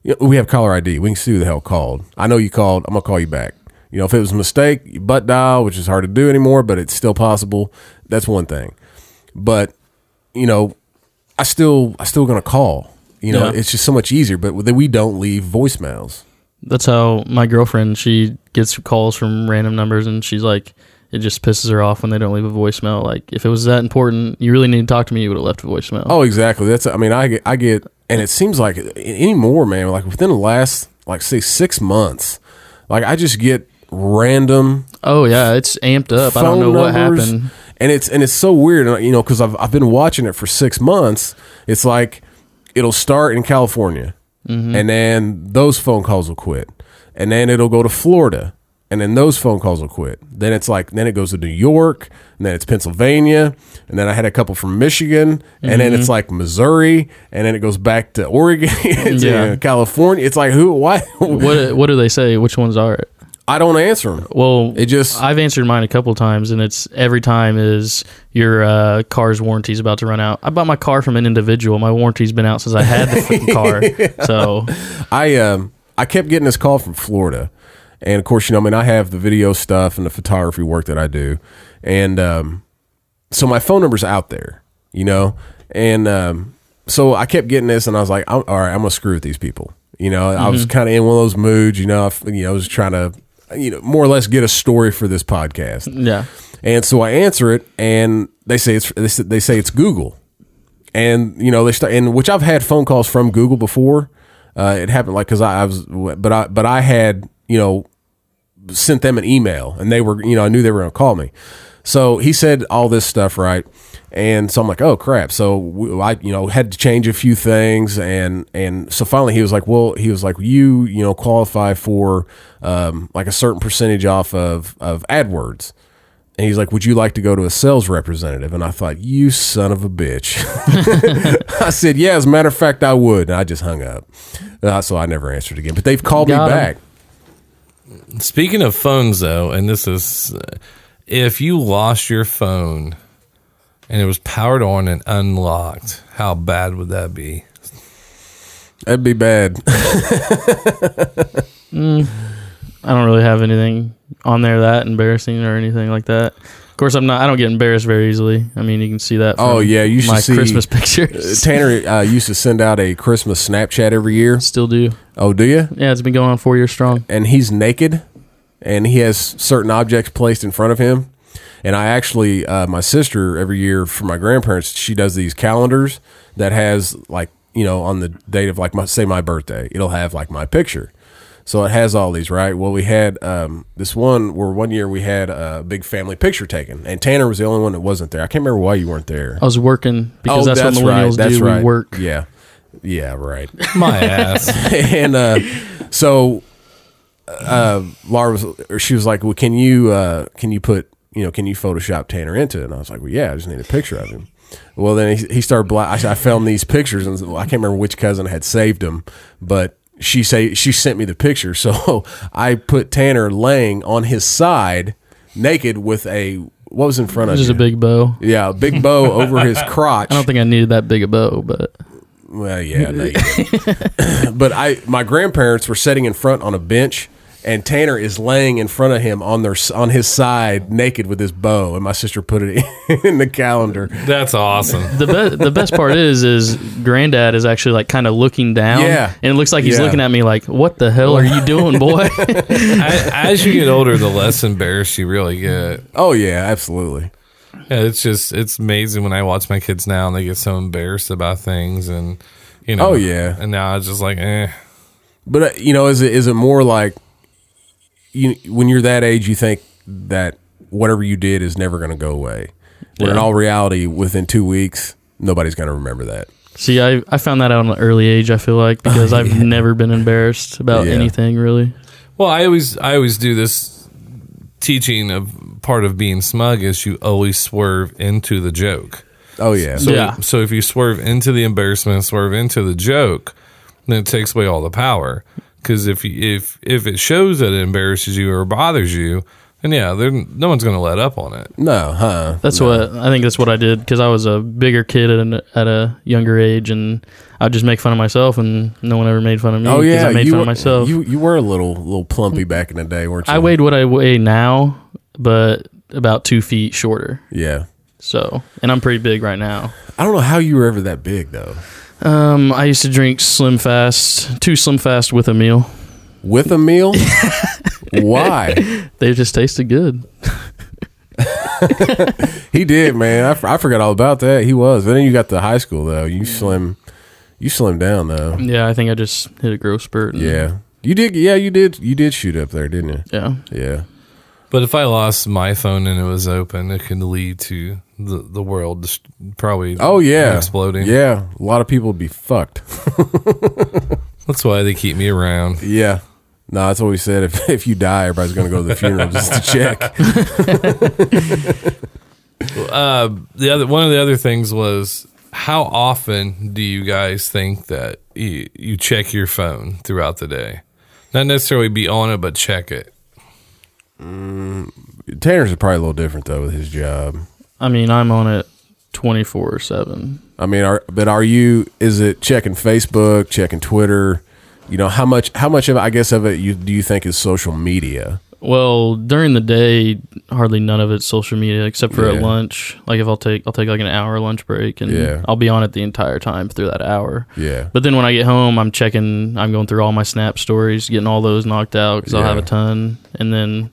S1: You know, we have caller ID. We can see who the hell called. I know you called. I'm gonna call you back. You know, if it was a mistake, you butt dial, which is hard to do anymore, but it's still possible. That's one thing. But you know, I still I still gonna call. You know,
S5: Yeah.
S1: it's just so much easier. But we don't leave voicemails.
S5: That's how my girlfriend she gets calls from random numbers, and she's like, it just pisses her off when they don't leave a voicemail. Like, if it was that important, you really need to talk to me. You would have left a voicemail.
S1: Oh, exactly. That's I mean, I get I get, and it seems like anymore, man. Like within the last like say six months, like I just get random
S5: Oh, yeah, it's amped up. I don't know
S1: phone
S5: what
S1: numbers.
S5: happened.
S1: And it's and it's so weird, and, you know, because I've I've been watching it for six months. It's like it'll start in California,
S5: Mm-hmm.
S1: and then those phone calls will quit, and then it'll go to Florida, and then those phone calls will quit. Then it's like then it goes to New York, and then it's Pennsylvania, and then I had a couple from Michigan, and then
S5: Mm-hmm.
S1: it's like Missouri, and then it goes back to <laughs> Oregon, to
S5: Yeah.
S1: California. It's like who why <laughs>
S5: What What do they say? Which ones are it?
S1: I don't answer them.
S5: Well,
S1: It just-
S5: I've answered mine a couple times, and it's every time is your uh, car's warranty is about to run out. I bought my car from an individual. My warranty's been out since I had the freaking
S1: <laughs>
S5: car. So
S1: I um I kept getting this call from Florida, and of course, you know, I mean, I have the video stuff and the photography work that I do, and um, so my phone number's out there, you know, and um, so I kept getting this, and I was like, I'm, all right, I'm gonna screw with these people, you know. I was kind of in one of those moods, you know, I, f- you know, I was trying to, you know, more or less get a story for this podcast,
S5: yeah,
S1: and so I answer it, and they say it's they say- they say it's Google, and you know they start and which I've had phone calls from Google before. Uh, it happened like because I, I was, but I but I had you know sent them an email, and they were you know I knew they were going to call me. So he said all this stuff right, and so I'm like, oh crap. So we, I you know had to change a few things, and and so finally he was like, well he was like you you know qualify for um, like a certain percentage off of of AdWords. And he's like, Would you like to go to a sales representative? And I thought, You son of a bitch. <laughs> I said, Yeah, as a matter of fact, I would. And I just hung up. Uh, so I never answered again. But they've called
S5: Got
S1: me
S5: 'em.
S1: back.
S4: Speaking of phones, though, and this is if you lost your phone and it was powered on and unlocked, how bad would that be?
S1: That'd be bad.
S5: I don't really have anything on there that embarrassing or anything like that. Of course, I'm not. I don't get embarrassed very easily. I mean, you can see that. From
S1: Oh, yeah, you should
S5: my
S1: see- uh,
S5: Christmas pictures.
S1: Tanner uh, used to send out a Christmas Snapchat every year.
S5: <laughs> Still do.
S1: Oh, do you?
S5: Yeah, it's been going on four years strong.
S1: and he's naked and he has certain objects placed in front of him and i actually uh, my sister every year for my grandparents she does these calendars that has like you know on the date of like my say my birthday it'll have like my picture so it has all these right well we had um, this one where one year we had a big family picture taken and tanner was the only one that wasn't there i can't remember why you weren't there Oh,
S5: I was working Oh, because that's, what millennials do. We work.
S1: yeah yeah right <laughs>
S4: My ass.
S1: and uh, so uh, Laura was, or she was like, "Well, can you uh, can you put you know can you Photoshop Tanner into it?" And I was like, "Well, yeah, I just need a picture of him." Well, then he, he started. Bla- I, I found these pictures, and I can't remember which cousin had saved them, but she say she sent me the picture, <laughs> so I put Tanner laying on his side, naked with a what was in front of
S5: Which is a
S1: you?
S5: big Oh, bow.
S1: yeah a big bow over
S5: <laughs>
S1: his crotch.
S5: I don't think I needed that big a bow, but
S1: Well, yeah, no, you didn't. but I, my grandparents were sitting in front on a bench, and Tanner is laying in front of him on their on his side, naked with his bow. And my sister put it <laughs> in the calendar.
S4: That's awesome.
S5: the be- the best part is is granddad is actually like kind of looking down.
S1: Yeah.
S5: and it looks like he's
S1: Yeah.
S5: looking at me like, "What the hell
S1: <laughs>
S5: are you doing, boy?" <laughs>
S4: I, as you get older, the less embarrassed you really get.
S1: Oh yeah, absolutely.
S4: Yeah, it's just it's amazing when I watch my kids now and they get so embarrassed about things and you know.
S1: Oh, yeah.
S4: And now I just like, eh.
S1: But uh, you know, is it is it more like you when you're that age, you think that whatever you did is never going to go away. When in
S5: Yeah.
S1: all reality, within two weeks, nobody's going to remember that.
S5: See, I I found that out at an early age. I feel like
S1: <laughs>
S5: because I've never been embarrassed about
S1: Oh, Yeah.
S5: anything really.
S4: Well, I always I always do this teaching of part of being smug is you always swerve into the joke.
S1: Oh yeah.
S5: So- Yeah.
S4: So if you swerve into the embarrassment, swerve into the joke, then it takes away all the power. Because if you, if if it shows that it embarrasses you or bothers you, then yeah, there no one's going to let up on it.
S1: no, huh?
S5: That's what I think. That's what I did because I was a bigger kid at, an, at a younger age, and I'd just make fun of myself, and no one ever made fun of me.
S1: Oh
S5: 'cause
S1: yeah.
S5: I made
S1: you
S5: fun
S1: were,
S5: of myself.
S1: You you were a little little plumpy back in the day, weren't you?
S5: I weighed what I weigh now, but about two feet shorter.
S1: Yeah.
S5: So, and I'm pretty big right now.
S1: I don't know how you were ever that big though.
S5: Um, I used to drink Slim Fast, two Slim Fast with a meal.
S1: With a
S5: <laughs>
S1: meal? Why?
S5: They just tasted good.
S1: He did, man. I, f- I forgot all about that. He was. But then you got to high school though. You slim you slimmed down though.
S5: Yeah, I think I just hit a growth spurt. and-
S1: Yeah. You did yeah, you did you did shoot up there, didn't you?
S5: yeah.
S1: Yeah.
S4: But if I lost my phone and it was open, it could lead to the the world just probably
S1: Oh yeah.
S4: exploding.
S1: Yeah. A lot of people would be fucked.
S4: that's why they keep me around.
S1: Yeah. No, that's what we said. If <laughs> if you die, everybody's gonna go to the funeral just to check.
S4: uh, the other one of the other things was how often do you guys think that you, you check your phone throughout the day? Not necessarily be on it, but check it.
S1: Tanner's is probably a little different though with his job.
S5: I mean, I'm on it 24 7.
S1: I mean, are but are you? Is it checking Facebook, checking Twitter? You know how much how much of it, I guess of it you do you think is social media?
S5: Well, during the day, hardly none of it's social media except for
S1: Yeah.
S5: at lunch. Like if I'll take I'll take like an hour lunch break and
S1: Yeah.
S5: I'll be on it the entire time through that hour.
S1: Yeah,
S5: But then when I get home, I'm checking I'm going through all my snap stories, getting all those knocked out cuz I'll have
S1: Yeah.
S5: a ton and then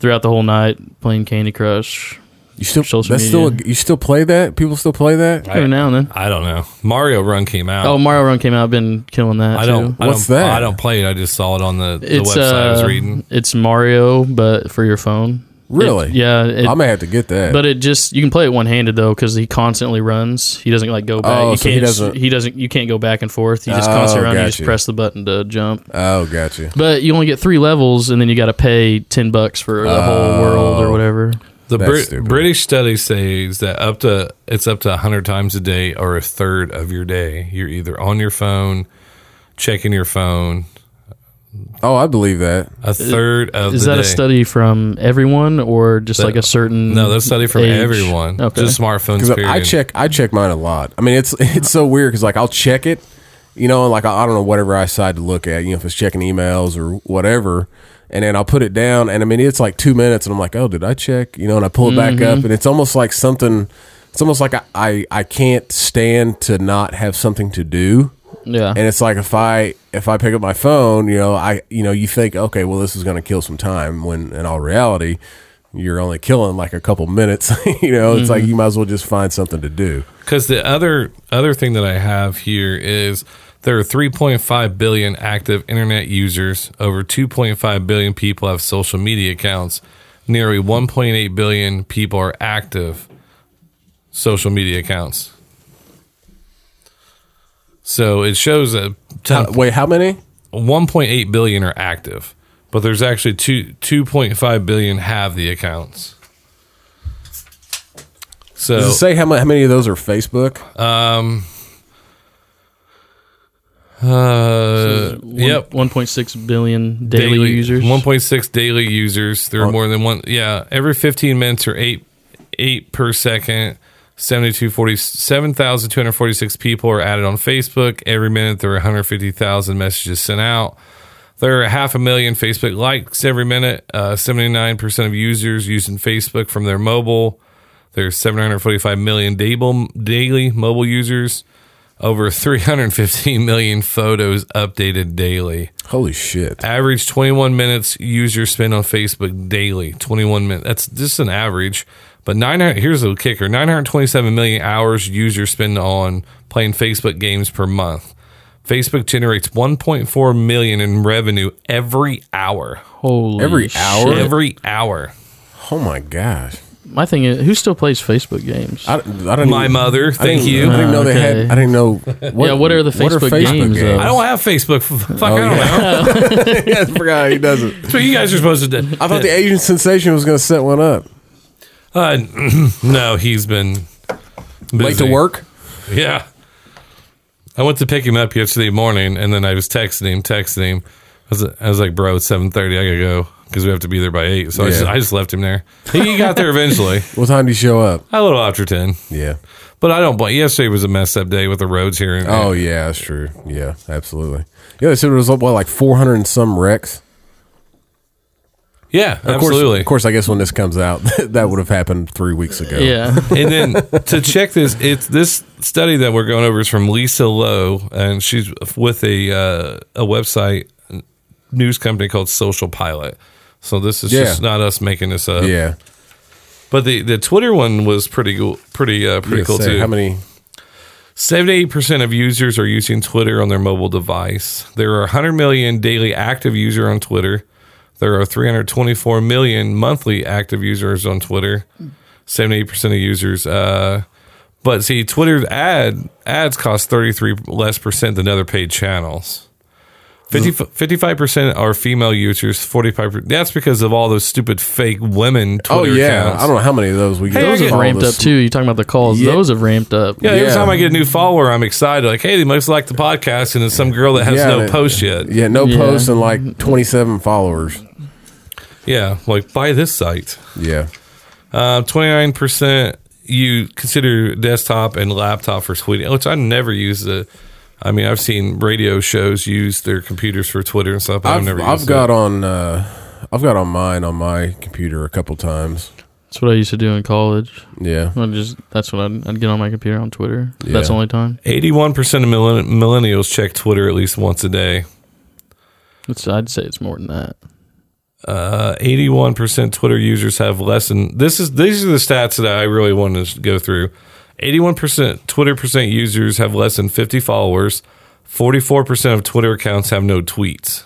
S5: throughout the whole night playing Candy Crush.
S1: you still
S5: Social
S1: that's
S5: media.
S1: still you still play that? People still play that?
S5: Every now and then.
S4: I don't know. Mario Run came out.
S5: Oh, Mario Run came out. I've been killing that.
S4: I
S5: too.
S4: don't. I
S1: What's
S4: don't,
S1: that?
S4: I don't play it. I just saw it on the, the
S5: it's
S4: website I was
S5: uh,
S4: reading.
S5: It's Mario, but for your phone.
S1: Really?
S5: It- yeah. It,
S1: I may have to get that.
S5: but it just you can play it one handed though because he constantly runs. He doesn't like go back.
S1: Oh,
S5: you
S1: so he
S5: can't,
S1: doesn't-
S5: He doesn't. You can't go back and forth. You just
S1: Oh,
S5: constantly run. You just
S1: gotcha.
S5: press the button to jump.
S1: oh, gotcha.
S5: But you only get three levels, and then you got to pay ten bucks for the
S1: Oh.
S5: whole world or whatever.
S4: The
S1: That's
S4: Brit-
S1: stupid.
S4: British study says that up to it's up to 100 times a day or a third of your day you're either on your phone, checking your phone,
S1: Oh, I believe that.
S4: a third of
S5: Is
S4: the
S5: that
S4: day.
S5: a study from everyone or just like a certain?
S4: No, that's study from
S5: age?
S4: everyone.
S5: Okay.
S4: Just smartphones.
S1: Because
S4: Period.
S1: I check I check mine a lot. I mean, it's <laughs> it's so weird because like I'll check it, you know, and like I, I don't know whatever I decide to look at, you know, if it's checking emails or whatever, and then I'll put it down, and I mean it's like two minutes, and I'm like, oh, did I check? You know, and I pull it back up, and it's almost like something. It's almost like I, I I can't stand to not have something to do.
S5: yeah.
S1: And it's like if I if I pick up my phone, you know, I you know, you think, okay, well this is gonna kill some time when in all reality you're only killing like a couple minutes. <laughs> you know, it's
S5: Mm-hmm.
S1: like you might as well just find something to do.
S4: because the other other thing that I have here is there are 3.5 billion active internet users. Over 2.5 billion people have social media accounts. Nearly 1.8 billion people are active social media accounts. So it shows that
S1: Uh,
S4: 10,
S1: wait, how many?
S4: 1.8 billion are active, but there's actually two 2.5 billion have the accounts. So
S5: Oh.
S1: Does it say how, mu- how many of those are Facebook?
S4: Uh, yep.
S5: One point six billion daily, users.
S4: 1.6 daily users. There are more than one. Yeah, every 15 minutes or eight eight per second. 7240 7,246 people are added on Facebook. Every minute there are 150,000 messages sent out. There are half a million Facebook likes every minute. Uh, 79% of users using Facebook from their mobile. There's 745 million dable, daily mobile users. Over 315 million photos updated daily
S1: Holy shit.
S4: average 21 minutes users spend on Facebook daily. 21 minutes. That's just an average. But nine hundred- here's the kicker: 927 million hours users spend on playing Facebook games per month. Facebook generates 1.4 million in revenue every hour.
S5: Holy
S1: Every
S5: shit.
S1: hour?
S4: Every hour.
S1: Oh my gosh.
S5: My thing is, who still plays Facebook games?
S1: I, I don't
S4: My
S1: even-
S4: mother.
S1: I didn't-
S4: Thank you.
S1: I didn't know they
S5: Ah, Okay.
S1: had. I didn't
S5: <laughs>
S1: know. What,
S5: Yeah, what are the Facebook games, though?
S1: <laughs>
S4: I don't have Facebook. Fuck,
S1: Oh,
S4: I don't know.
S1: yeah, I forgot he doesn't.
S4: That's what you guys are supposed to do.
S1: I thought the Asian sensation was going to set one up.
S4: Uh, no, he's been
S1: Late to
S4: Busy.
S1: work?
S4: Yeah. I went to pick him up yesterday morning, and then I was texting him, texting him. I was, I was like, "Bro, it's seven thirty. I gotta go because we have to be there by 8. So I, just,
S1: Yeah.
S4: I just left him there. He got there
S1: <laughs>
S4: eventually,
S1: What time do you show up?
S4: a little after ten.
S1: Yeah.
S4: But I don't blame. Yesterday was a messed up day with the roads here. And,
S1: Oh yeah, that's true. Yeah, absolutely. Yeah, so it was what like four hundred and some wrecks.
S4: yeah,
S1: Of course-
S4: absolutely.
S1: Of course, I guess when this comes out, <laughs> that would have happened three weeks ago.
S5: Yeah.
S4: and then to check this, it's this study that we're going over is from Lisa Lowe, and she's with a uh, a website news company called Social Pilot. So this is
S1: Yeah.
S4: just not us making this up.
S1: Yeah.
S4: But the, the Twitter one was pretty cool, pretty uh, pretty
S1: Yeah,
S4: cool
S1: so
S4: too.
S1: How many?
S4: Seventy-eight percent of users are using Twitter on their mobile device. There are 100 million daily active user on Twitter. There are 324 million monthly active users on Twitter. 78 percent of users. Uh, but see, Twitter's ad ads cost 33 less percent than other paid channels.
S1: Mm.
S4: 55 percent are female users. 45. percent That's because of all those stupid fake women
S1: Oh
S4: Twitter
S1: yeah, <laughs>
S4: accounts.
S1: I don't know how many of those we get.
S4: I
S5: Those
S4: get
S5: have
S1: All
S5: ramped
S1: the
S5: up too. You're talking about the calls.
S1: Yeah.
S5: Those have ramped up.
S4: Yeah, every
S1: Yeah.
S4: time I get a new follower, I'm excited. Like, hey, they must like the podcast, and it's some girl that has
S1: Yeah,
S4: no
S1: that-
S4: post yet.
S1: Yeah, no
S5: Yeah.
S1: posts and
S5: <laughs>
S1: like 27 followers.
S4: Yeah, like buy this site.
S1: Yeah.
S4: Twenty nine percent you consider desktop and laptop for tweeting, which I never use the. I mean, I've seen radio shows use their computers for Twitter and stuff. But I've,
S1: I've,
S4: never.
S1: I've
S4: used
S1: got
S4: it.
S1: on uh, I've got on mine on my computer a couple times.
S5: That's what I used to do in college.
S1: Yeah.
S5: I just that's what I'd, I'd get on my computer on Twitter. That's the only time.
S4: eighty one percent of millen- millennials check Twitter at least once a day.
S5: It's, I'd say it's more than that.
S4: Eighty-one percent Twitter users have less than this is these are the stats that I really want to go through. Eighty-one percent Twitter percent users have less than fifty followers. Forty-four percent of Twitter accounts have no tweets.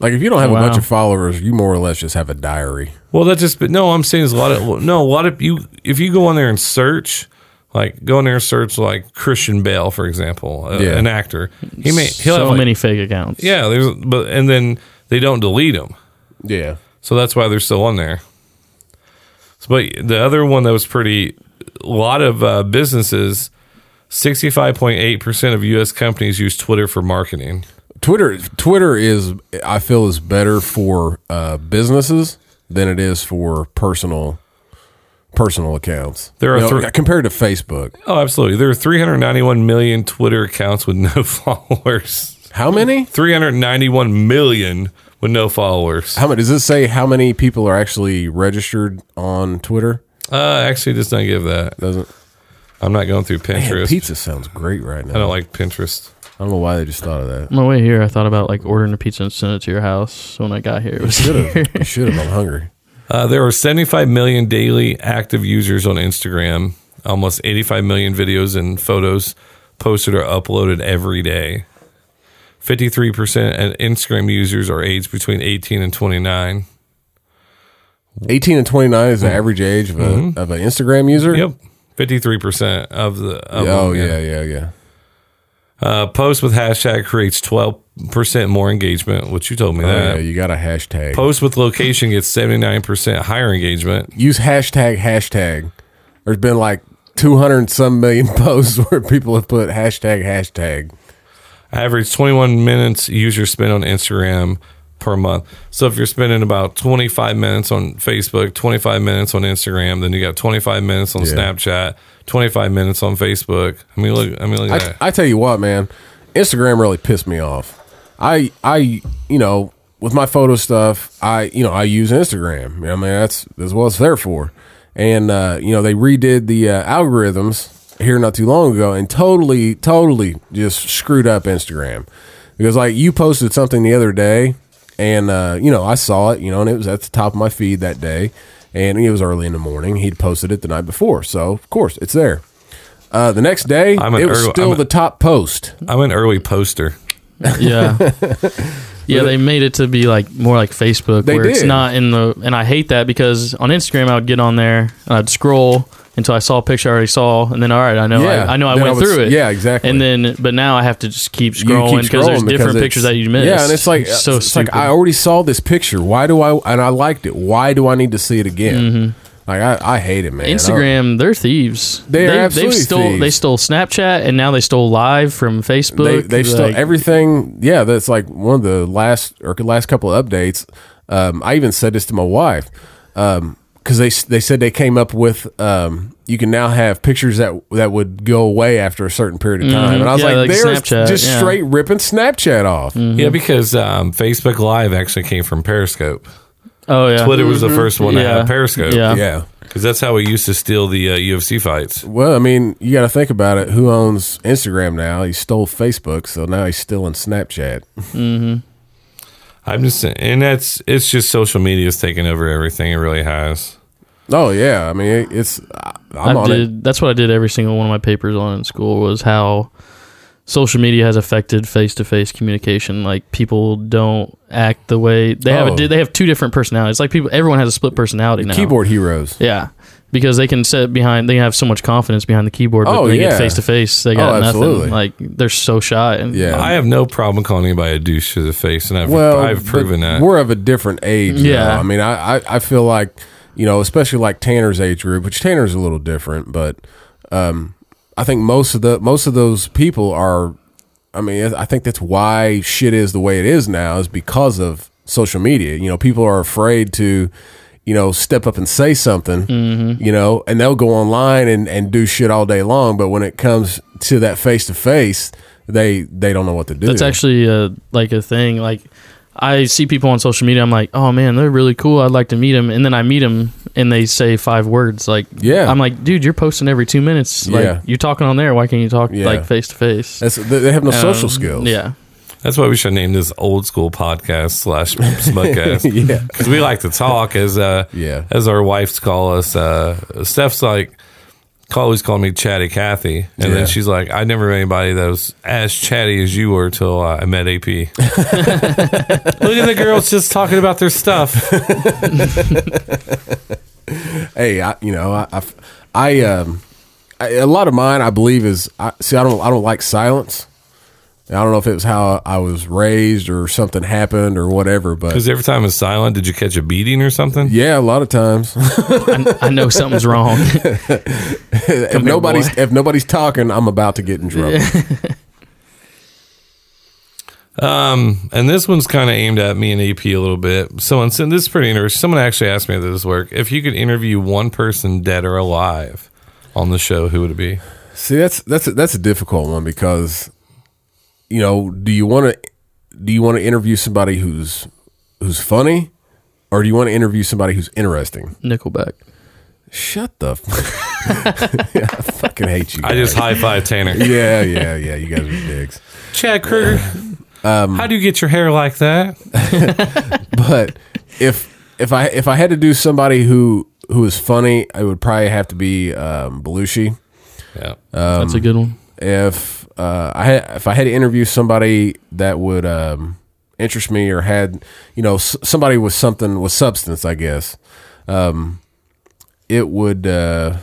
S1: Like if you don't have a
S5: Wow.
S1: bunch of followers, you more or less just have a diary.
S4: Well, that just but no, I'm saying is a lot of no a lot of you if you go on there and search. Like go in there and search like Christian Bale, for example, a-
S1: Yeah.
S4: an actor. He may he'll
S5: so
S4: have like-
S5: many fake accounts.
S4: Yeah, there's but and then they don't delete them.
S1: Yeah.
S4: So that's why they're still on there. So, but the other one that was pretty, a lot of uh, businesses, 65.8% of U.S. companies use Twitter for marketing.
S1: Twitter Twitter is I feel is better for uh, businesses than it is for personal personal accounts.
S4: There are
S1: You know,
S4: three-
S1: compared to Facebook.
S4: Oh, absolutely. There are 391 million Twitter accounts with no <laughs> followers.
S1: How many?
S4: 391 million with no followers.
S1: How many does this say how many people are actually registered on Twitter?
S4: Uh, actually, it does not give that.
S1: Doesn't
S4: I'm not going through
S1: Man,
S4: Pinterest.
S1: pizza sounds great right now.
S4: I don't like Pinterest.
S1: I don't know why they just thought of that.
S5: On my way here, I thought about like ordering a pizza and sending it to your house. So when I got here,
S1: <laughs>
S5: it was
S1: Should
S4: <laughs>
S5: here.
S1: have. Should have. I'm hungry.
S4: Uh, there are 75 million daily active users on Instagram. Almost 85 million videos and photos posted or uploaded every day. 53% of Instagram users are aged between 18 and 29.
S1: 18 and 29 is the average age of, a, of an Instagram user.
S4: Mm-hmm. Yep. Uh-huh. 53% of the. Of
S1: Oh
S4: them,
S1: yeah, yeah, yeah.
S4: Uh, post with hashtag creates 12% more engagement, which you told me
S1: Oh,
S4: that.
S1: yeah, you got a hashtag.
S4: Post with location gets 79% higher engagement.
S1: Use hashtag hashtag. There's been like 200 and some million <laughs> posts where people have put hashtag hashtag.
S4: average 21 minutes users spend on Instagram per month. So if you're spending about 25 minutes on Facebook, 25 minutes on Instagram, then you got 25 minutes on
S1: Yeah.
S4: Snapchat, 25 minutes on Facebook. I mean, look, I mean, look at that.
S1: I, I tell you what, man, Instagram really pissed me off. I I you know with my photo stuff, I you know I use Instagram. I mean that's that's what it's there for. And uh, you know they redid the uh, algorithms here not too long ago and totally totally just screwed up Instagram because like you posted something the other day and uh, you know I saw it you know and it was at the top of my feed that day and it was early in the morning he'd posted it the night before so of course it's there. Uh, the next day,
S4: I'm an
S1: it was
S4: earl-
S1: still
S4: I'm a-
S1: the top post.
S4: I'm an early poster.
S1: <laughs>
S5: yeah, yeah. They made it to be like more like Facebook,
S1: They
S5: where it's
S1: did.
S5: not in the. And I hate that because on Instagram, I would get on there and I'd scroll until I saw a picture I already saw, and then all right, I know,
S1: Yeah.
S5: I, I know, I
S1: Then
S5: went
S1: I was-
S5: through it.
S1: yeah, exactly.
S5: And then, but now I have to just keep
S1: You keep
S5: scrolling because there's
S1: scrolling
S5: different
S1: it's-
S5: pictures that you missed.
S1: Yeah, and it's like uh,
S5: so
S1: it's
S5: stupid.
S1: like I already saw this picture. Why do I and I liked it. Why do I need to see it again? Like I, I hate it, man. I-
S5: Mm-hmm. Instagram, they're thieves.
S1: They are absolutely
S5: they've stole,
S1: thieves.
S5: They stole Snapchat, and now they stole Live from Facebook.
S1: They they stole
S5: Like,
S1: everything. Yeah, that's like one of the last or last couple of updates. Um, I even said this to my wife because they they said they came up with um, you can now have pictures that that would go away after a certain period of time, and I was
S5: Mm-hmm. Yeah,
S1: like,
S5: like
S1: they're
S5: Snapchat,
S1: just
S5: yeah. Mm-hmm.
S1: straight ripping Snapchat off.
S4: Yeah, because um, Facebook Live actually came from Periscope.
S5: Oh yeah,
S4: Twitter was the first one to
S5: Yeah.
S4: have Periscope.
S5: Yeah.
S1: Yeah.
S4: Because that's how we used to steal the uh, UFC fights.
S1: Well, I mean, you got to think about it. Who owns Instagram now? He stole Facebook, so now he's stealing Snapchat. <laughs>
S4: I'm just, and that's, it's just social media's taking over everything. It really has.
S1: Oh yeah, I mean, it, it's I- I'm
S5: I
S1: on
S5: did.
S1: it.
S5: That's what I did every single one of my papers on in school was how social media has affected face to face communication. Like people don't act the way they have.
S1: Oh.
S5: A, di- they have two different personalities. Like people, everyone has a split personality now.
S1: Keyboard heroes.
S5: Yeah. Because they can sit behind, they have so much confidence behind the keyboard, but
S1: Oh,
S5: when they
S1: yeah.
S5: get face to face, they got
S1: Oh,
S5: nothing.
S1: absolutely.
S5: Like they're so shy. And
S1: Yeah.
S4: I have no problem calling anybody a douche to the face, and I've,
S1: well,
S4: I've proven
S1: but
S4: that.
S1: we're of a different age. Yeah,
S5: Yeah.
S1: I mean, I, I I feel like you know, especially like Tanner's age group, which Tanner's a little different, but um, I think most of the most of those people are. I mean, I think that's why shit is the way it is now is because of social media. You know, people are afraid to. You know, step up and say something.
S5: Mm-hmm.
S1: You know, and they'll go online and, and do shit all day long. But when it comes to that face to face, they they don't know what to do.
S5: That's actually a, like a thing. Like I see people on social media, I'm like, oh man, they're really cool. I'd like to meet them. And then I meet them and they say five words. Like,
S1: Yeah.
S5: I'm like, dude, you're posting every two minutes. Like,
S1: Yeah.
S5: you're talking on there. Why can't you talk
S1: Yeah.
S5: like face to face?
S1: That's, they they have no social
S5: Um,
S1: skills.
S5: Yeah.
S4: that's why we should name this old school podcast slash smugcast.
S1: <laughs> Yeah.
S4: because we like to talk as uh
S1: Yeah.
S4: as our wives call us uh steph's like always called me chatty kathy
S1: Yeah.
S4: and then she's like i never met anybody that was as chatty as you were till uh, i met
S1: <laughs>
S4: ap look at the girls just talking about their stuff <laughs>
S1: Hey, I, you know, I, I, I, um, I, a lot of mine, I believe, is I see. I don't, I don't like silence. And I don't know if it was how I was raised or something happened or whatever, but
S4: because every time it's silent did you catch a beating or something
S1: yeah, a lot of times
S5: I, I
S1: <laughs>
S5: know something's wrong.
S1: if nobody's if nobody's talking, I'm about to get in trouble.
S4: and this one's kind of aimed at me and ap a little bit someone said this is pretty interesting someone actually asked me if this work if you could interview one person dead or alive on the show who would it be
S1: <laughs> See, that's that's a, that's a difficult one because, you know, do you want to do you want to interview somebody who's who's funny, or do you want to interview somebody who's interesting?
S5: Nickelback.
S1: Shut the. <laughs> F- <laughs> I fucking hate you.
S4: i just
S1: guys.
S4: high five tanner
S1: Yeah, yeah, yeah. You guys are dicks.
S4: Chad Kruger. how do you get your hair like that?
S1: <laughs> But if if I if I had to do somebody who who is funny, I would probably have to be um, Belushi.
S4: Yeah.
S5: That's
S1: Um,
S5: a good one.
S1: If uh, I had, if I had to interview somebody that would um, interest me or had you know s- somebody with something with substance, I guess um, it would. Uh,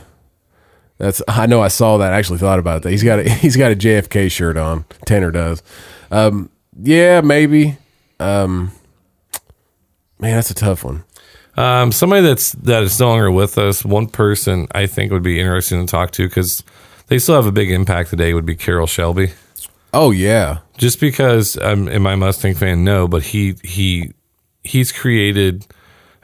S1: that's I know I saw that. I actually thought about that. He's got a, <laughs> he's got a JFK shirt on. Tanner does. Um, yeah, maybe. Um, man, that's a tough one.
S4: Um, somebody that's that is no longer with us. One person I think would be interesting to talk to because they still have a big impact today. Would be Carol Shelby.
S1: Oh yeah,
S4: Just because I'm am I a Mustang fan? No, but he he he's created.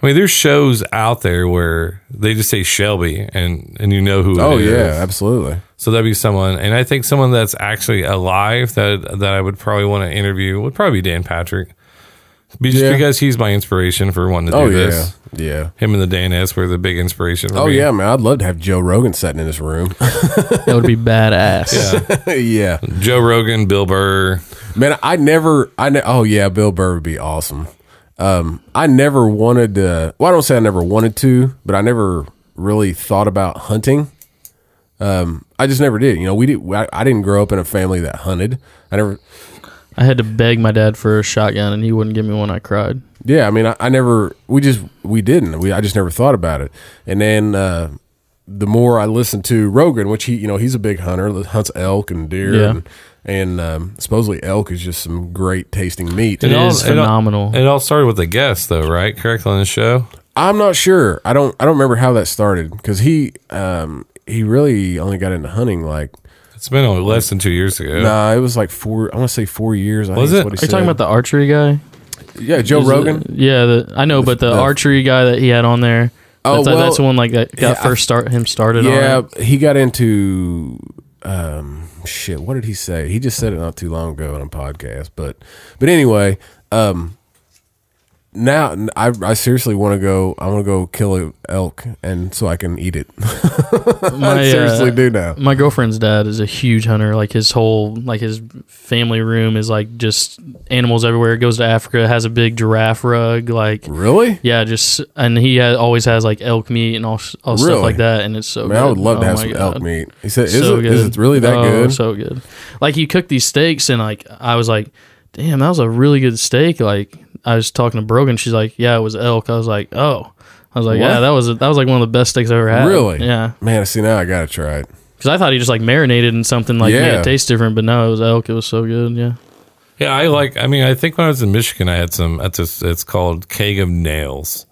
S4: I mean, there's shows out there where they just say Shelby and and you know who. it
S1: oh
S4: is.
S1: yeah, absolutely.
S4: So that'd be someone, and I think someone that's actually alive that that I would probably want to interview would probably be Dan Patrick, Be- just
S1: Yeah.
S4: because he's my inspiration for wanting to do
S1: Oh yeah,
S4: this.
S1: yeah.
S4: Him and the Danettes were the big inspiration. For
S1: Oh
S4: me.
S1: yeah, man. I'd love to have Joe Rogan sitting in his room. <laughs>
S5: That would be badass.
S1: yeah,
S4: Joe Rogan, Bill Burr.
S1: man. I never. I ne- oh yeah, Bill Burr would be awesome. Um, I never wanted to. Well, I don't say I never wanted to, but I never really thought about hunting. Um, I just never did. You know, we did. I, I didn't grow up in a family that hunted. I never.
S5: I had to beg my dad for a shotgun and he wouldn't give me one. I cried.
S1: Yeah, I mean, I, I never. We just we didn't. We I just never thought about it. And then uh, the more I listened to Rogan, which he you know he's a big hunter, that hunts elk and deer,
S5: Yeah.
S1: and, and um, supposedly elk is just some great tasting meat.
S5: It is phenomenal.
S4: It all started with a guest, though, right? Correct on the show.
S1: I'm not sure. I don't. I don't remember how that started because he um, he really only got into hunting like
S4: It's been only less than two years ago.
S1: nah. It was like four. I want to say four years. I
S4: Was
S1: think
S4: it?
S5: Are you talking about the archery guy?
S1: the yeah Joe
S5: Is it-
S1: Rogan?
S5: yeah, the, I know, but the,
S1: the-
S5: archery guy that he had on there.
S1: Oh,
S5: that's, uh,
S1: well,
S5: that's the one like that got
S1: yeah, I-
S5: first start him started
S1: yeah,
S5: on. it.
S1: he got into um, shit. What did he say? He just said it not too long ago on a podcast. But but anyway, um, now n- I, I seriously want to go. I want to go kill a elk and so I can eat it. <laughs>
S5: My,
S1: I seriously
S5: uh,
S1: do now.
S5: My girlfriend's dad is a huge hunter. Like his whole like his family room is like just animals everywhere. Goes to Africa, has a big giraffe rug. Like
S1: Really?
S5: yeah, just and he ha- always has like elk meat and all, s- all
S1: Really?
S5: stuff like that. And it's so.
S1: I mean, I would
S5: good.
S1: love to
S5: Oh
S1: have
S5: my
S1: some
S5: God.
S1: elk meat. He said, "Is
S5: so
S1: it?
S5: good.
S1: Is it really that
S5: Oh,
S1: good?"
S5: So good. Like you cook these steaks, and like I was like, damn, that was a really good steak. Like I was talking to Brogan, she's like, yeah, it was elk. I was like, oh. I was like,
S1: What?
S5: yeah, that was that was like one of the best steaks I ever had.
S1: really?
S5: Yeah,
S1: Man, see now I gotta try it.
S5: because I thought he just like marinated in something like made
S1: Yeah.
S5: it taste different, but no, it was elk. It was so good. Yeah,
S4: Yeah, I like. I mean, I think when I was in Michigan, I had some. It's a, it's called keg of nails.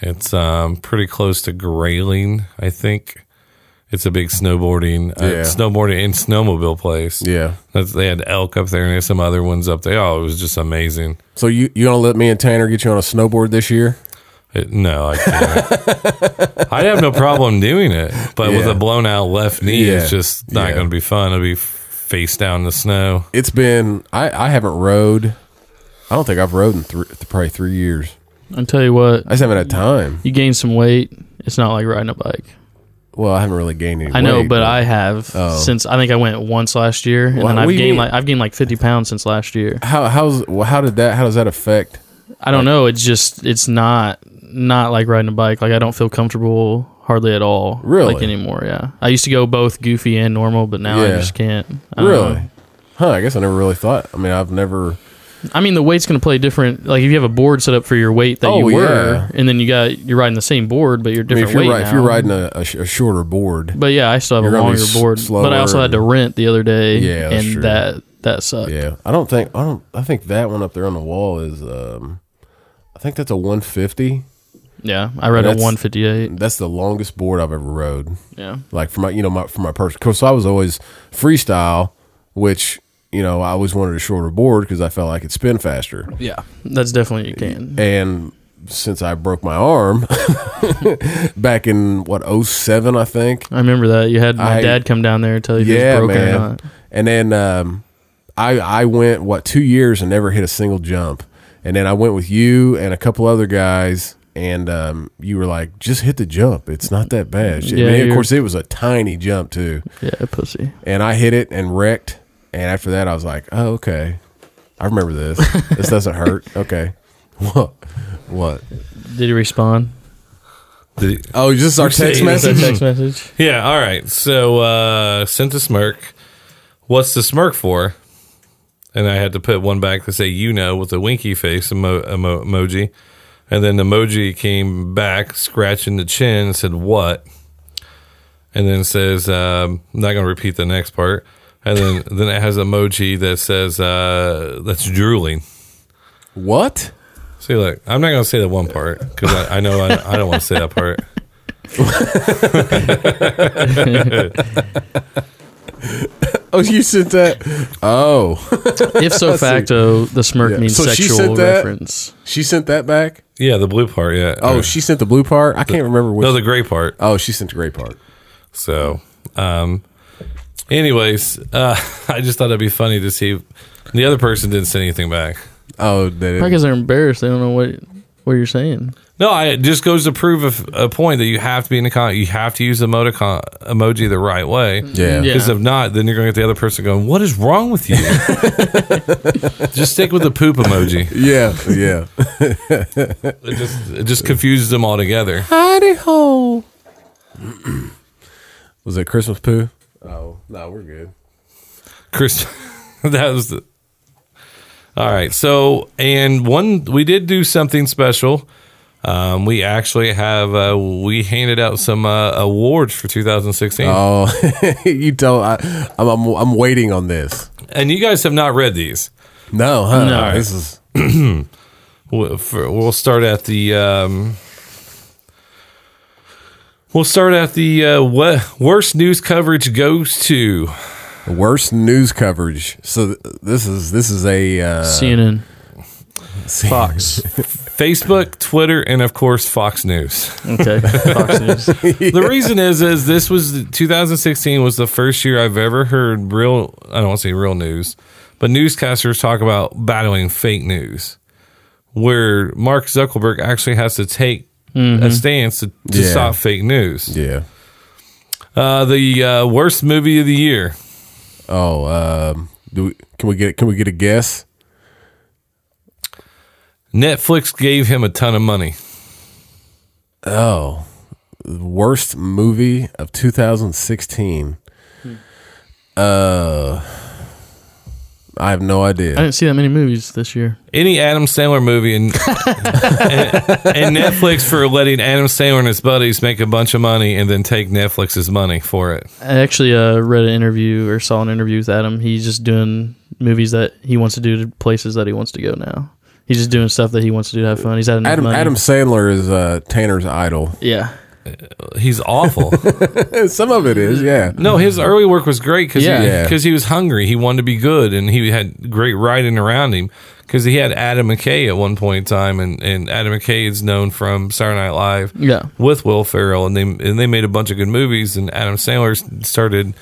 S4: It's um pretty close to grayling. I think it's a big snowboarding, uh,
S1: Yeah.
S4: snowboarding and snowmobile place.
S1: Yeah.
S4: That's, they had elk up there, and they had some other ones up there. Oh, it was just amazing.
S1: So you you gonna let me and Tanner get you on a snowboard this year?
S4: It, no, I
S1: <laughs>
S4: can't. I have no problem doing it, but with
S1: Yeah.
S4: a blown out left knee,
S1: Yeah.
S4: it's just not
S1: Yeah.
S4: going to be fun. It'll be f- face down in the snow.
S1: It's been I I haven't rode. I don't think I've rode in three, probably three years.
S5: I tell you what,
S1: I just haven't had time.
S5: you gain some weight. It's not like riding a bike.
S1: Well, I haven't really gained any.
S5: I know,
S1: weight,
S5: but I have
S1: Oh.
S5: since I think I went once last year, and
S1: What-
S5: then
S1: what
S5: I've
S1: do you
S5: gained
S1: mean?
S5: like I've gained like fifty pounds since last year.
S1: how how's well, how did that how does that affect?
S5: I don't know. It's just it's not not like riding a bike. Like I don't feel comfortable hardly at all.
S1: Really?
S5: like anymore. Yeah, I used to go both goofy and normal, but now
S1: Yeah.
S5: I just can't. I don't
S1: Really?
S5: know.
S1: Huh? I guess I never really thought. I mean, I've never.
S5: I mean, the weight's going to play different. Like if you have a board set up for your weight that
S1: Oh,
S5: you were,
S1: yeah.
S5: and then you got you're riding the same board, but you're
S1: I mean,
S5: different
S1: if you're
S5: weight
S1: right,
S5: now.
S1: if you're riding a, a, sh- a shorter board,
S5: but yeah, I still have
S1: you're
S5: a
S1: gonna be
S5: longer
S1: s-
S5: board. But I also
S1: slower
S5: had to rent the other day.
S1: Yeah, that's
S5: and
S1: true.
S5: that that sucked.
S1: yeah, I don't think I don't. I think that one up there on the wall is. um I think that's a 150.
S5: Yeah, I read a
S1: That's-
S5: 158.
S1: That's the longest board I've ever rode.
S5: Yeah,
S1: like for my you know my for my person course I was always freestyle which you know I always wanted a shorter board because I felt I could spin faster
S5: yeah, that's definitely you can.
S1: and since I broke my arm <laughs> back in what 07 I think
S5: I remember that you had my
S1: I-
S5: dad come down there and tell you if
S1: yeah
S5: it was broken or
S1: man
S5: not.
S1: and then um I I went what 2 years and never hit a single jump and then I went with you and a couple other guys and um, you were like, just hit the jump. It's not that bad. I mean,
S5: Yeah,
S1: of
S5: you're-
S1: course, it was a tiny jump too.
S5: Yeah, pussy.
S1: and I hit it and wrecked. And after that, I was like, "Oh, okay, I remember this. This doesn't
S5: <laughs>
S1: hurt." Okay, what? What?
S5: Did he respond?
S4: The-
S1: Oh, just our
S4: text message?
S5: <laughs>
S1: <laughs>
S5: text message.
S4: yeah. All right. So uh, sent a smirk. What's the smirk for? And I had to put one back to say you know with a winky face emo- emo- emoji, and then the emoji came back scratching the chin and said what, and then says um, I'm not going to repeat the next part, and then <laughs> then it has emoji that says uh, that's drooling.
S1: What?
S4: See, look, I'm not gonna say that one part because I, I know I, I don't want to say that part.
S1: Oh, you sent that? Oh,
S5: If so facto, the smirk
S1: Yeah.
S5: means
S1: So she
S5: sexual
S1: said that?
S5: reference.
S1: she sent that back.
S4: Yeah, the blue part. Yeah.
S1: Oh,
S4: Uh,
S1: she sent the blue part. I can't remember which.
S4: no, the gray part.
S1: oh, she sent the gray part.
S4: So, um, anyways, uh, <laughs> I just thought it'd be funny to see. The other person didn't say anything back.
S1: Oh, that
S5: Probably
S1: it,
S5: because they're embarrassed. They don't know what what you're saying.
S4: No, I, it just goes to prove a, a point that you have to be in the con. You have to use the emoticon emoji the right way.
S1: yeah.
S5: Yeah.
S4: Because if not, then you're going to get the other person going, "What is wrong with you?" just stick with the poop emoji.
S1: Yeah, yeah.
S4: <laughs> It just it just confuses them all together.
S1: Hidey hole. <clears throat> Was it Christmas poo? Oh no, we're good.
S4: Chris, <laughs> that was the. All right. So, and one, we did do something special. Um, we actually have, uh, we handed out some uh, awards for 2016.
S1: Oh, <laughs> you tell I, I'm, I'm I'm waiting on this.
S4: and you guys have not read these.
S1: No, huh?
S5: No.
S1: This is
S4: We'll for- we'll start at the, um, We'll start at the uh, what worst news coverage goes to
S1: Worst news coverage. So th- this is this is a uh,
S5: CNN,
S1: see-
S5: Fox.
S4: Facebook, Twitter, and of course Fox News.
S5: <laughs> Okay, Fox News.
S4: The reason is is this was 2016 was the first year I've ever heard real I don't want to say real news, but newscasters talk about battling fake news, where Mark Zuckerberg actually has to take a stance to, to
S1: Yeah.
S4: stop fake news.
S1: Yeah.
S4: Uh, the uh, worst movie of the year.
S1: Oh, um, do we, can we get can we get a guess?
S4: Netflix gave him a ton of money.
S1: Oh, worst movie of 2016. Uh, I have no
S5: I
S1: idea.
S5: didn't see that many movies this year.
S4: Any Adam Sandler movie and, <laughs> and, and Netflix for letting Adam Sandler and his buddies make a bunch of money and then take Netflix's money for it.
S5: I actually uh, read an interview or saw an interview with Adam. He's just doing movies that he wants to do to places that he wants to go now. He's just doing stuff that he wants to do to have fun. He's had enough
S1: Adam
S5: money.
S1: Adam Sandler is uh, Tanner's idol. Eh,
S5: Yeah.
S4: He's awful.
S1: Some of it is, yeah.
S4: No, his early work was great because
S5: Mm-hmm. Yeah.
S1: Yeah.
S4: he, was hungry. He wanted to be good, and he had great writing around him because he had Adam McKay at one point in time, and, and Adam McKay is known from Saturday Night Live
S5: Yeah.
S4: with Will Ferrell, and they and they made a bunch of good movies, and Adam Sandler s- started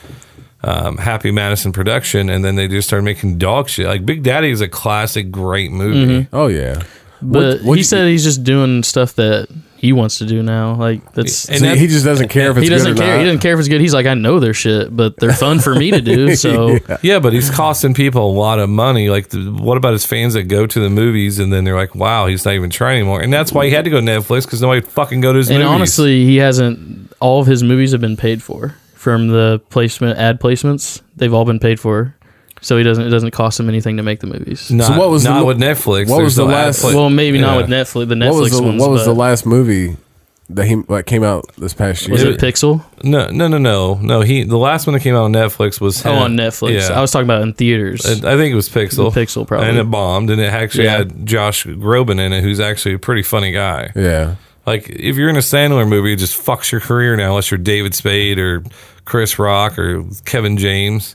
S4: um, Happy Madison production, and then they just started making dog shit. Like Big Daddy is a classic, great
S5: Mm-hmm.
S4: movie.
S1: Oh yeah.
S5: But
S1: what
S5: he
S1: you-
S5: said he's just doing stuff that he wants to do now. Like that's
S4: And
S1: So
S4: that-
S1: he just doesn't care if it's
S5: he doesn't
S1: good or
S5: care.
S1: not.
S5: He doesn't care if it's good. He's like, I know their shit, but they're fun for me
S1: <laughs>
S5: to do. So
S4: Yeah, but he's costing people a lot of money. Like, the, what about his fans that go to the movies and then they're like, "Wow, he's not even trying anymore," and that's why he had to go to Netflix because nobody fucking go to his
S5: and
S4: movies.
S5: honestly, he hasn't. All of his movies have been paid for from the placement ad placements. They've all been paid for, so he doesn't. It doesn't cost him anything to make the movies.
S4: not,
S1: So what was
S4: not
S1: the-
S4: with Netflix?
S1: what
S4: There's
S1: was the
S4: no ad
S1: last-
S4: play-
S5: well, maybe
S4: Yeah.
S5: not with Netflix. The Netflix
S1: what was the
S5: ones.
S1: What was
S5: but-
S1: the last movie that he that came out this past year?
S5: Was it Pixel?
S4: No, no, no, no, no. He the last one that came out on Netflix was
S5: Oh,
S4: him.
S5: on Netflix.
S4: Yeah.
S5: I was talking about in theaters.
S4: I I think it was Pixel.
S5: Pixel, probably.
S4: and it bombed, and it actually
S5: Yeah.
S4: had Josh Groban in it, who's actually a pretty funny guy.
S1: yeah.
S4: Like, if you're in a Sandler movie, it just fucks your career now, unless you're David Spade or Chris Rock or Kevin James.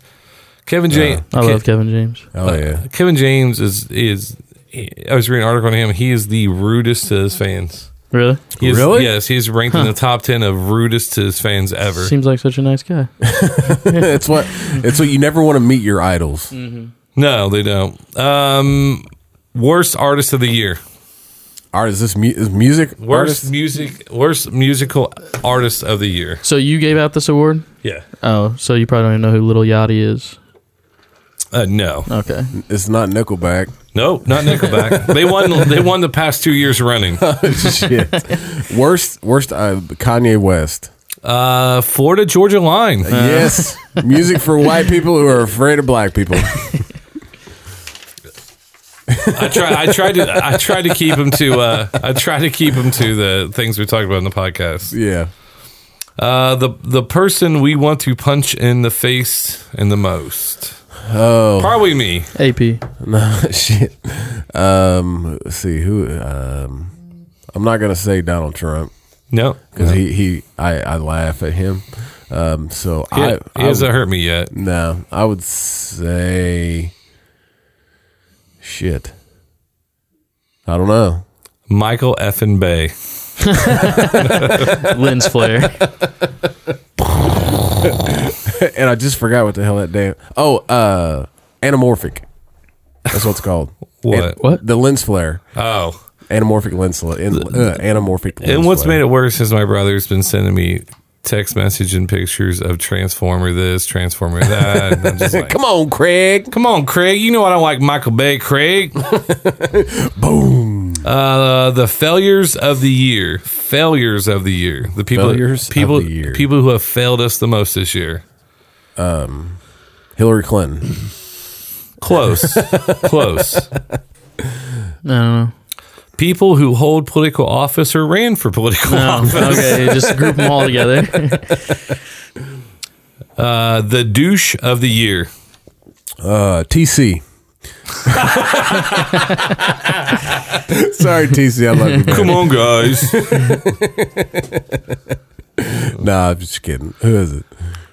S4: Kevin James,
S5: I love Kevin James.
S1: Oh
S5: <laughs>
S1: yeah. <laughs>
S4: Kevin James is is. he- I was reading an article on him. He is the rudest to his fans.
S5: Really?
S4: He is-
S1: Really?
S4: Yes, he's ranked in the top ten of rudest to his fans ever.
S5: Seems like such a nice guy.
S1: it's what it's what you never want to meet your idols.
S5: Mm.
S4: No, they don't. Um, worst artist of the year.
S1: Art is this mu- is music
S4: Worst
S1: artist?
S4: music. Worst musical artist of the year.
S5: So you gave out this award?
S4: Yeah.
S5: Oh, so you probably don't even know who Little Yachty is.
S4: Uh, no.
S5: Okay.
S1: It's not Nickelback.
S4: Nope. Not Nickelback. they won. They won the past two years
S1: <laughs>
S4: running.
S1: Shit. worst worst uh, Kanye West.
S4: Uh, Florida Georgia Line.
S1: yes, music for white people who are afraid of black people.
S4: I tried. I tried to. I tried to keep him to. Uh, I tried to keep him to the things we talked about in the podcast.
S1: Yeah.
S4: <laughs> Uh, the the person we want to punch in the face and the most. Oh, probably me.
S5: AP.
S1: No shit. Um, let's see who. Um, I'm not gonna say Donald Trump
S4: No,
S1: because he he I, I laugh at him. Um, so
S4: he,
S1: I,
S4: he
S1: I
S4: hasn't
S1: would-
S4: hurt me yet.
S1: no, I would say shit. I don't know.
S4: Michael effing Bay.
S5: Lens flare.
S1: and I just forgot what the hell that damn. Oh, uh, anamorphic. That's what it's called.
S4: <laughs> What?
S1: An-
S5: What?
S1: The lens flare.
S4: Oh.
S1: Anamorphic lens flare. In, uh, anamorphic. Lens
S4: And what's
S1: flare.
S4: made it worse is my brother's been sending me text message and pictures of Transformer this, Transformer that. And I'm just like,
S1: Come on, Craig.
S4: come on, Craig. You know I don't like Michael
S1: <laughs>
S4: Bay, Craig. Boom. Uh, the failures of the year. Failures of the year. The people,
S1: Failures of
S4: people,
S1: the year.
S4: people who have failed us the most this year.
S1: Hillary Clinton. <laughs>
S4: Close, close.
S5: I don't know.
S4: People who hold political office or ran for political office. <laughs>
S5: Oh, <laughs> okay, just group them
S1: <laughs>
S5: all together.
S4: Uh, the douche of the year.
S1: Uh, <laughs> TC. Sorry, TC. I love you. man. <laughs>
S4: Come on, guys.
S1: Nah, I'm just kidding. Who is it?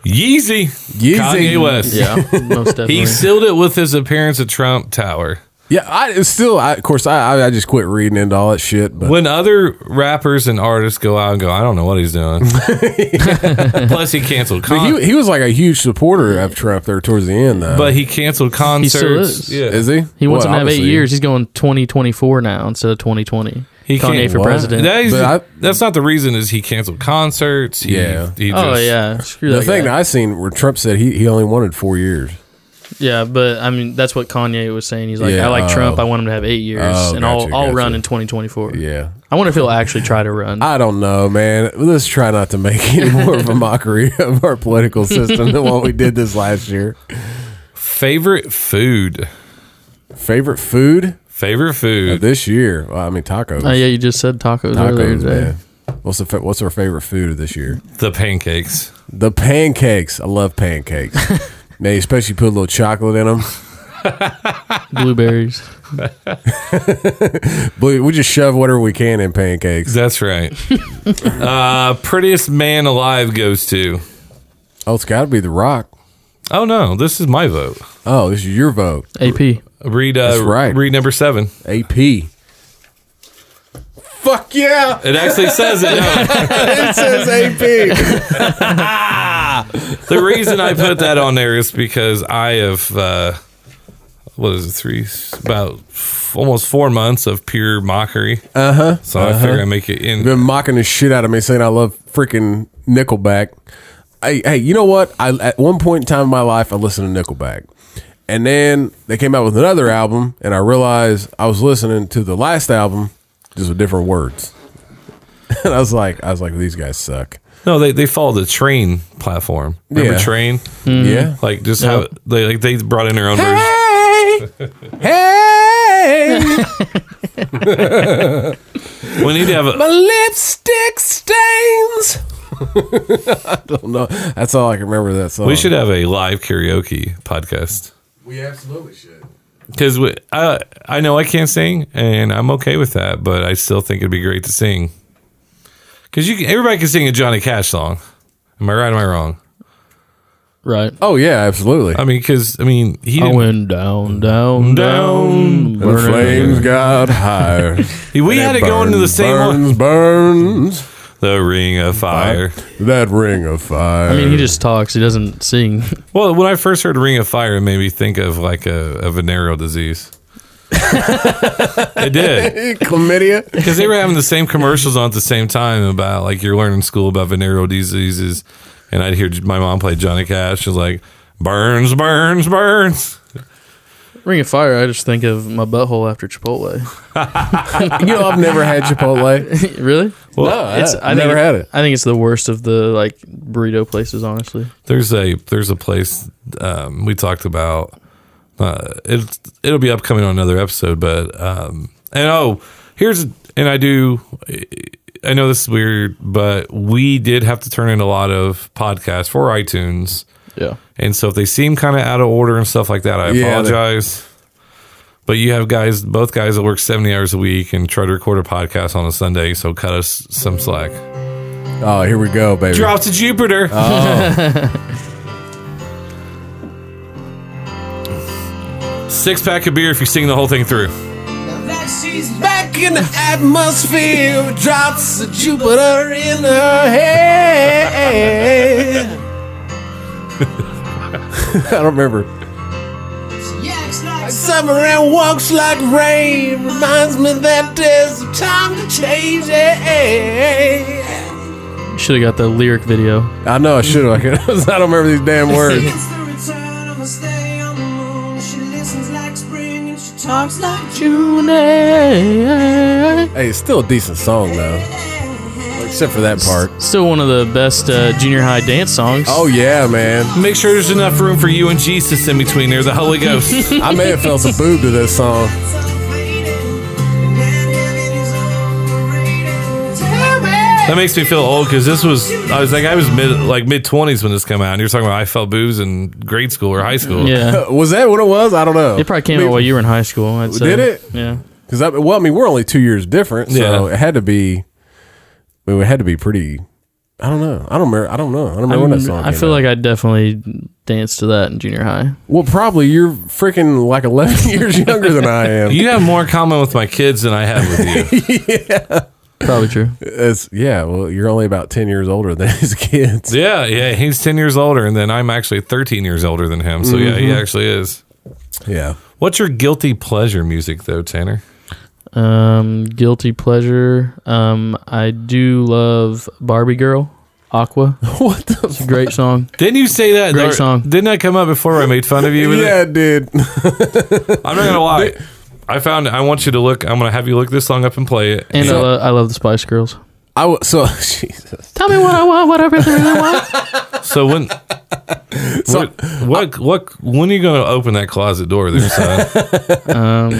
S4: Yeezy.
S1: Yeezy.
S4: Kanye West.
S5: Yeah, most definitely.
S4: He sealed it with his appearance at Trump Tower.
S1: Yeah, I it's still. I, of course, I I- I just quit reading into all that shit. But
S4: When other rappers and artists go out and go, I don't know what he's doing.
S1: <laughs>
S4: Plus, he canceled concerts.
S1: he he was like a huge supporter of Trump there towards the end, though.
S4: uh, But he canceled
S5: He still
S4: concerts.
S5: is.
S4: yeah.
S1: is he?
S5: He wants
S1: Well,
S5: him to have eight
S1: obviously.
S5: years. He's going 2024 now instead of 2020.
S4: He
S5: Kanye
S4: can't-
S5: for
S1: What?
S5: president.
S4: That is,
S1: But I-
S4: that's not the reason. Is he canceled concerts? He-
S1: Yeah.
S4: He just,
S5: oh yeah, screw
S1: The
S5: that
S1: thing
S5: guy.
S1: that I seen where Trump said he, he only wanted four years.
S5: Yeah, but I mean that's what Kanye was saying. He's like,
S1: Yeah,
S5: I like
S1: oh.
S5: Trump. I want him to have eight years,
S1: Oh,
S5: and
S1: gotcha,
S5: I'll I'll run
S1: gotcha.
S5: in 2024.
S1: Yeah,
S5: I wonder if he'll actually try to run.
S1: I don't know, man. Let's try not to make <laughs> any more of a mockery of our political system than what we did this last year.
S4: Favorite food.
S1: Favorite food
S4: Favorite
S1: of
S4: food.
S1: this year? Well, I mean tacos.
S5: oh yeah, you just said tacos, earlier
S1: tacos,
S5: today.
S1: man. What's the fa- what's our favorite food of this year?
S4: The pancakes.
S1: The pancakes. I love pancakes. They especially put a little chocolate in them. <laughs>
S5: Blueberries.
S1: But we just shove whatever we can in pancakes. <laughs>
S4: That's right. uh, prettiest man alive goes to.
S1: Oh, it's got to be The Rock.
S4: Oh no, this is my vote.
S1: Oh, this is your vote.
S5: AP.
S4: Read. Uh,
S1: That's right.
S4: Read number seven.
S1: AP. Fuck yeah!
S4: It actually says
S1: <laughs>
S4: it. No,
S1: It says AP.
S4: the reason I put that on there is because I have. Uh, what is it? Three about f- almost four months of pure mockery. Uh huh. So I figure I make it in.
S1: Been mocking the shit out of me, saying I love freaking Nickelback. Hey, hey, you know what? I at one point in time in my life, I listened to Nickelback, and then they came out with another album, and I realized I was listening to the last album, just with different words. <laughs> And I was like, I was like, these guys suck.
S4: No, they they follow the train platform. Remember
S1: Yeah.
S4: train?
S1: Yeah.
S4: Like just have they like they brought in their
S1: <laughs>
S4: own version.
S1: Hey,
S4: <laughs>
S1: hey,
S4: We need to have a
S1: my lipstick stains. <laughs> I don't know. That's all I can remember of that song.
S4: we should have a live karaoke podcast
S1: We absolutely should.
S4: because I I know I can't sing and I'm okay with that, but I still think it'd be great to sing because you can, everybody can sing a Johnny Cash song. Am I right? Am I wrong?
S5: Right.
S1: Oh yeah, absolutely.
S4: I mean, because I mean he
S5: I
S4: didn't,
S5: went down,
S4: Down.
S5: down, down.
S1: the
S5: burning.
S1: flames
S4: <laughs>
S1: got higher.
S4: he- we had it going to the same one.
S1: burns, burns,
S4: The Ring of Fire.
S1: that ring of fire.
S5: I mean, he just talks. He doesn't sing. <laughs>
S4: Well, when I first heard Ring of Fire, it made me think of like a, a venereal disease. it did.
S1: chlamydia.
S4: Because they were having the same commercials on at the same time about like you're learning in school about venereal diseases, and I'd hear my mom play Johnny Cash. She's like, "Burns, burns, burns."
S5: Ring of Fire. I just think of my butthole after Chipotle. <laughs>
S1: You know, I've never had
S4: <laughs>
S1: Chipotle.
S5: really?
S1: no, I,
S5: It's-
S1: I
S5: think
S1: never had it.
S5: I think it's the worst of the like burrito places. Honestly,
S4: There's a there's a place um, we talked about. Uh, it it'll be upcoming on another episode, but um, and oh, here's and I do. I know this is weird, but we did have to turn in a lot of podcasts for iTunes.
S5: yeah.
S4: And so if they seem kind of out of order and stuff like that, I
S1: Yeah, they-
S4: apologize. But you have guys, both guys that work 70 hours a week and try to record a podcast on a Sunday. So cut us some slack.
S1: Oh, here we go, baby.
S4: Drop to Jupiter. Oh. <laughs> Six pack of beer if you sing the whole thing through.
S6: that she's
S1: Back in the atmosphere, drops of Jupiter in her <laughs> head. I don't remember.
S6: yaks like
S1: Summer and walks like rain reminds me that there's time to change. I
S5: Should have got the lyric video.
S1: know I should have. <laughs> I, could- I don't remember these damn
S5: <laughs>
S1: words.
S6: It's the return of a stay on the moon. She listens like spring and she talks like June.
S1: Hey, it's still a decent song though, except for that part.
S5: Still one of the best uh, junior high dance songs.
S1: Oh yeah, man.
S4: Make sure there's enough room for you and Jesus in between there, the Holy <laughs> Ghost.
S1: I may have
S5: <laughs>
S1: felt a boob to this song. <laughs>
S4: That makes me feel old because this was I was like I was mid like mid twenties when this came out. And you're talking about I felt booze in grade school or high school.
S5: yeah.
S1: Was that what it was? I don't know.
S5: It probably came
S1: I mean,
S5: out while you were in high school. I'd say.
S1: Did it?
S5: Yeah.
S1: Because I, well, I mean, we're only two years different, so
S4: Yeah.
S1: it had to be. I mean, it had to be pretty I don't know. I don't remember. I don't know. I don't remember when that
S5: I'm-
S1: song.
S5: I
S1: came
S5: feel
S1: out.
S5: like I definitely danced to that in junior high.
S1: well, probably you're freaking like 11 <laughs> years younger than I am. <laughs>
S4: You have more in common with my kids than I have <laughs> with you.
S1: <laughs>
S5: Probably true.
S1: It's- yeah. Well, you're only about 10 years older than <laughs> his kids.
S4: yeah, yeah. He's ten years older, and then I'm actually thirteen years older than him. So yeah, he actually is.
S1: Yeah.
S4: What's your guilty pleasure music though, Tanner?
S5: Um, guilty pleasure. Um, I do love Barbie Girl, Aqua.
S1: What the?
S5: It's a great song.
S4: Didn't you say that?
S5: Great song.
S4: Didn't that come up before I made fun of you with it?
S1: Yeah, dude. <laughs>
S4: I'm not gonna lie. I found. I want you to look. I'm gonna have you look this song up and play it.
S5: And I,
S1: So-
S5: lo- I love the Spice Girls.
S1: I w- so <laughs> Jesus.
S5: Tell me what I want, what I really want.
S4: So <laughs> when, what, what, what, when are you gonna open that closet door there, <laughs> son?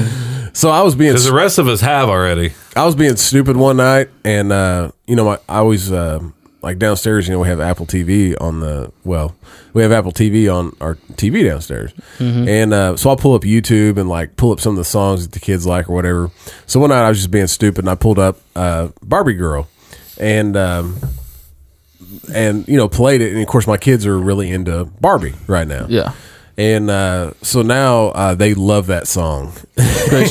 S1: So I was being
S4: Because the rest of us have already.
S1: I was being stupid one night, and uh, you know, I, I always uh, like downstairs. You know, we have Apple TV on the well, we have Apple TV on our TV downstairs, and uh, so I'll pull up YouTube and like pull up some of the songs that the kids like or whatever. So one night I was just being stupid, and I pulled up uh, Barbie Girl, and um, and you know played it, and of course my kids are really into Barbie right now,
S5: Yeah,
S1: and uh, so now uh, they love that song.
S5: great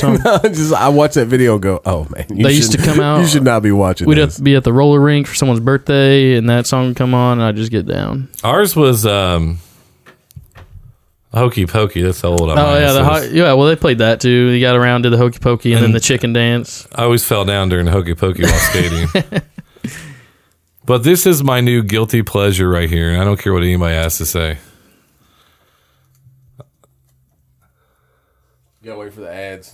S1: <laughs>
S5: song.
S1: I just I watch that video and go, oh man, you
S5: They used
S1: should-
S5: to come
S1: <laughs>
S5: out-
S1: You should not be watching.
S5: We'd have
S1: this.
S5: to be at the roller rink for someone's birthday, and that song would come on, and I'd just get down.
S4: Ours was um, Hokey Pokey. That's how old I am.
S5: Oh yeah, the ho- yeah. Well, they played that too. They got around, did the hokey pokey, and, then the chicken dance.
S4: I always fell down during the Hokey Pokey while
S5: <laughs>
S4: skating. but this is my new guilty pleasure right here, and I don't care what anybody has to say.
S1: Gotta wait for the ads.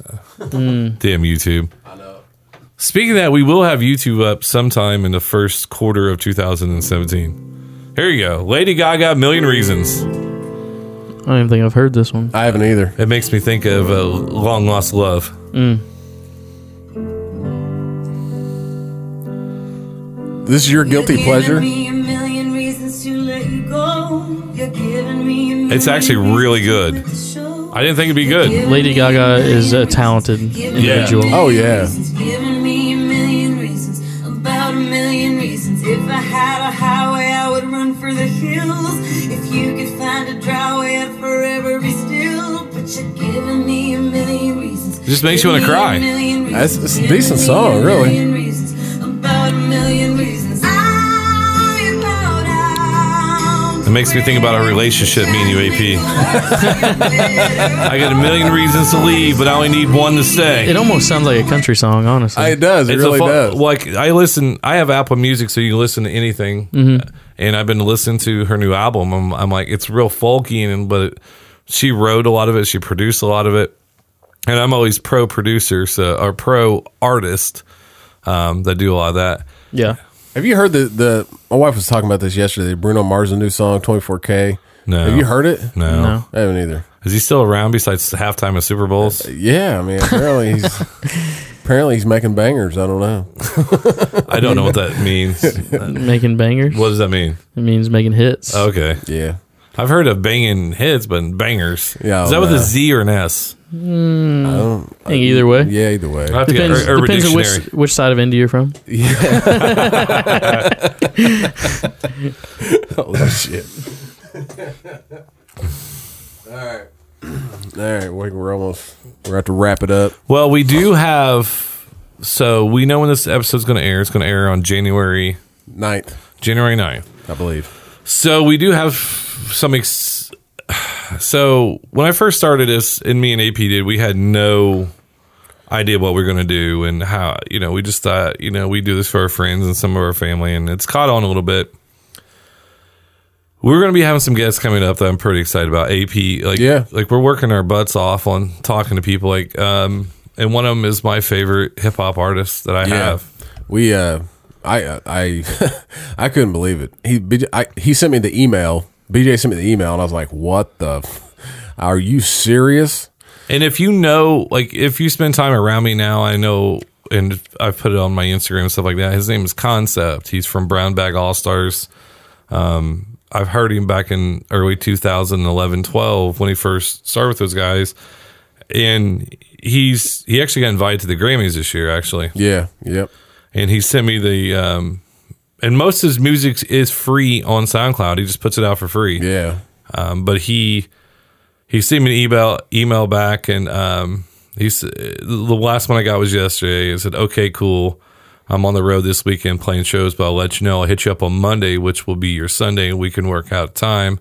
S4: Damn YouTube. I know. Speaking of that, we will have YouTube up sometime in the first quarter of 2017. Here you go. Lady Gaga, Million Reasons.
S5: I don't even think I've heard this one.
S1: I haven't either.
S4: It makes me think of uh, Long Lost Love.
S1: This is your guilty pleasure.
S4: It's actually really good. I didn't think it'd be good.
S5: Lady Gaga is a talented individual.
S1: Oh yeah,
S6: Giving me a million reasons, about a million reasons. If I had a highway, I would run for the hills. If you could find a dry way, I'd forever be still. But you're giving me a million reasons.
S4: It just makes you wanna
S6: Giving me a
S4: cry.
S6: million
S1: That's- it's a
S6: Giving
S1: decent
S6: me
S1: song,
S6: a
S1: really.
S6: million reasons, About a million reasons. I go down
S4: It makes me think about our relationship, me and you, AP. I got a million reasons to leave, but I only need one to stay.
S5: It almost sounds like a country song, honestly.
S1: Ah, it does. It
S4: It's
S1: really
S4: a fu-
S1: does.
S4: Like I listen, I have Apple Music, so you can listen to anything. And I've been listening to her new album. I'm, I'm like, it's real folky, and but it, she wrote a lot of it. She produced a lot of it. And I'm always pro producer, so or pro artist um, that do a lot of that.
S5: yeah,
S1: Have you heard the the? My wife was talking about this yesterday. Bruno Mars' new song, 24K.
S4: No.
S1: Have you heard it?
S4: No.
S5: No.
S1: I haven't either.
S4: is he still around besides halftime of Super Bowls?
S1: Yeah, I mean, apparently he's apparently he's making bangers. I don't know.
S4: I don't know what that means.
S1: <laughs>
S5: making bangers.
S4: What does that mean?
S5: It means making hits.
S1: Oh,
S4: Okay,
S1: Yeah,
S4: I've heard of banging hits, but bangers.
S1: Yeah,
S4: is that with
S1: no.
S4: a Z or an S?
S5: I think either way.
S1: yeah. Either way,
S4: I have to
S5: Depends,
S4: get Ur- Urban
S5: depends on
S4: Dictionary.
S5: which, which side of India you're from.
S1: oh shit. All right, <clears throat> all right. we- We're almost. We're about to wrap it up.
S4: Well, we do have. So we know when this episode's going to air. It's going to air on January
S1: Ninth,
S4: January 9th.
S1: I believe.
S4: So we do have some. Ex- so when I first started this, and me and AP did, we had no idea what we are going to do and how. You know, we just thought, you know, we do this for our friends and some of our family, and it's caught on a little bit. We're going to be having some guests coming up that I'm pretty excited about. AP, like,
S1: Yeah.
S4: like we're working our butts off on talking to people. Like, um, and one of them is my favorite hip hop artist that I have.
S1: We uh I uh, I <laughs> I couldn't believe it. He BJ, I, he sent me the email. BJ sent me the email and I was like, "What the f- Are you serious?"
S4: And if you know, like, if you spend time around me now, I know, and I've put it on my Instagram and stuff like that. His name is Concept. He's from Brown Bag All Stars. Um, I've heard him back in early 2011, 12 when he first started with those guys. And he's, he actually got invited to the Grammys this year, actually
S1: Yeah, yep.
S4: and he sent me the um, and most of his music is free on SoundCloud. He just puts it out for free.
S1: Yeah.
S4: Um, but he he sent me an email email back, and um, he's the last one I got was yesterday. I said, "Okay, cool. I'm on the road this weekend playing shows, but I'll let you know. I'll hit you up on Monday, which will be your Sunday, and we can work out time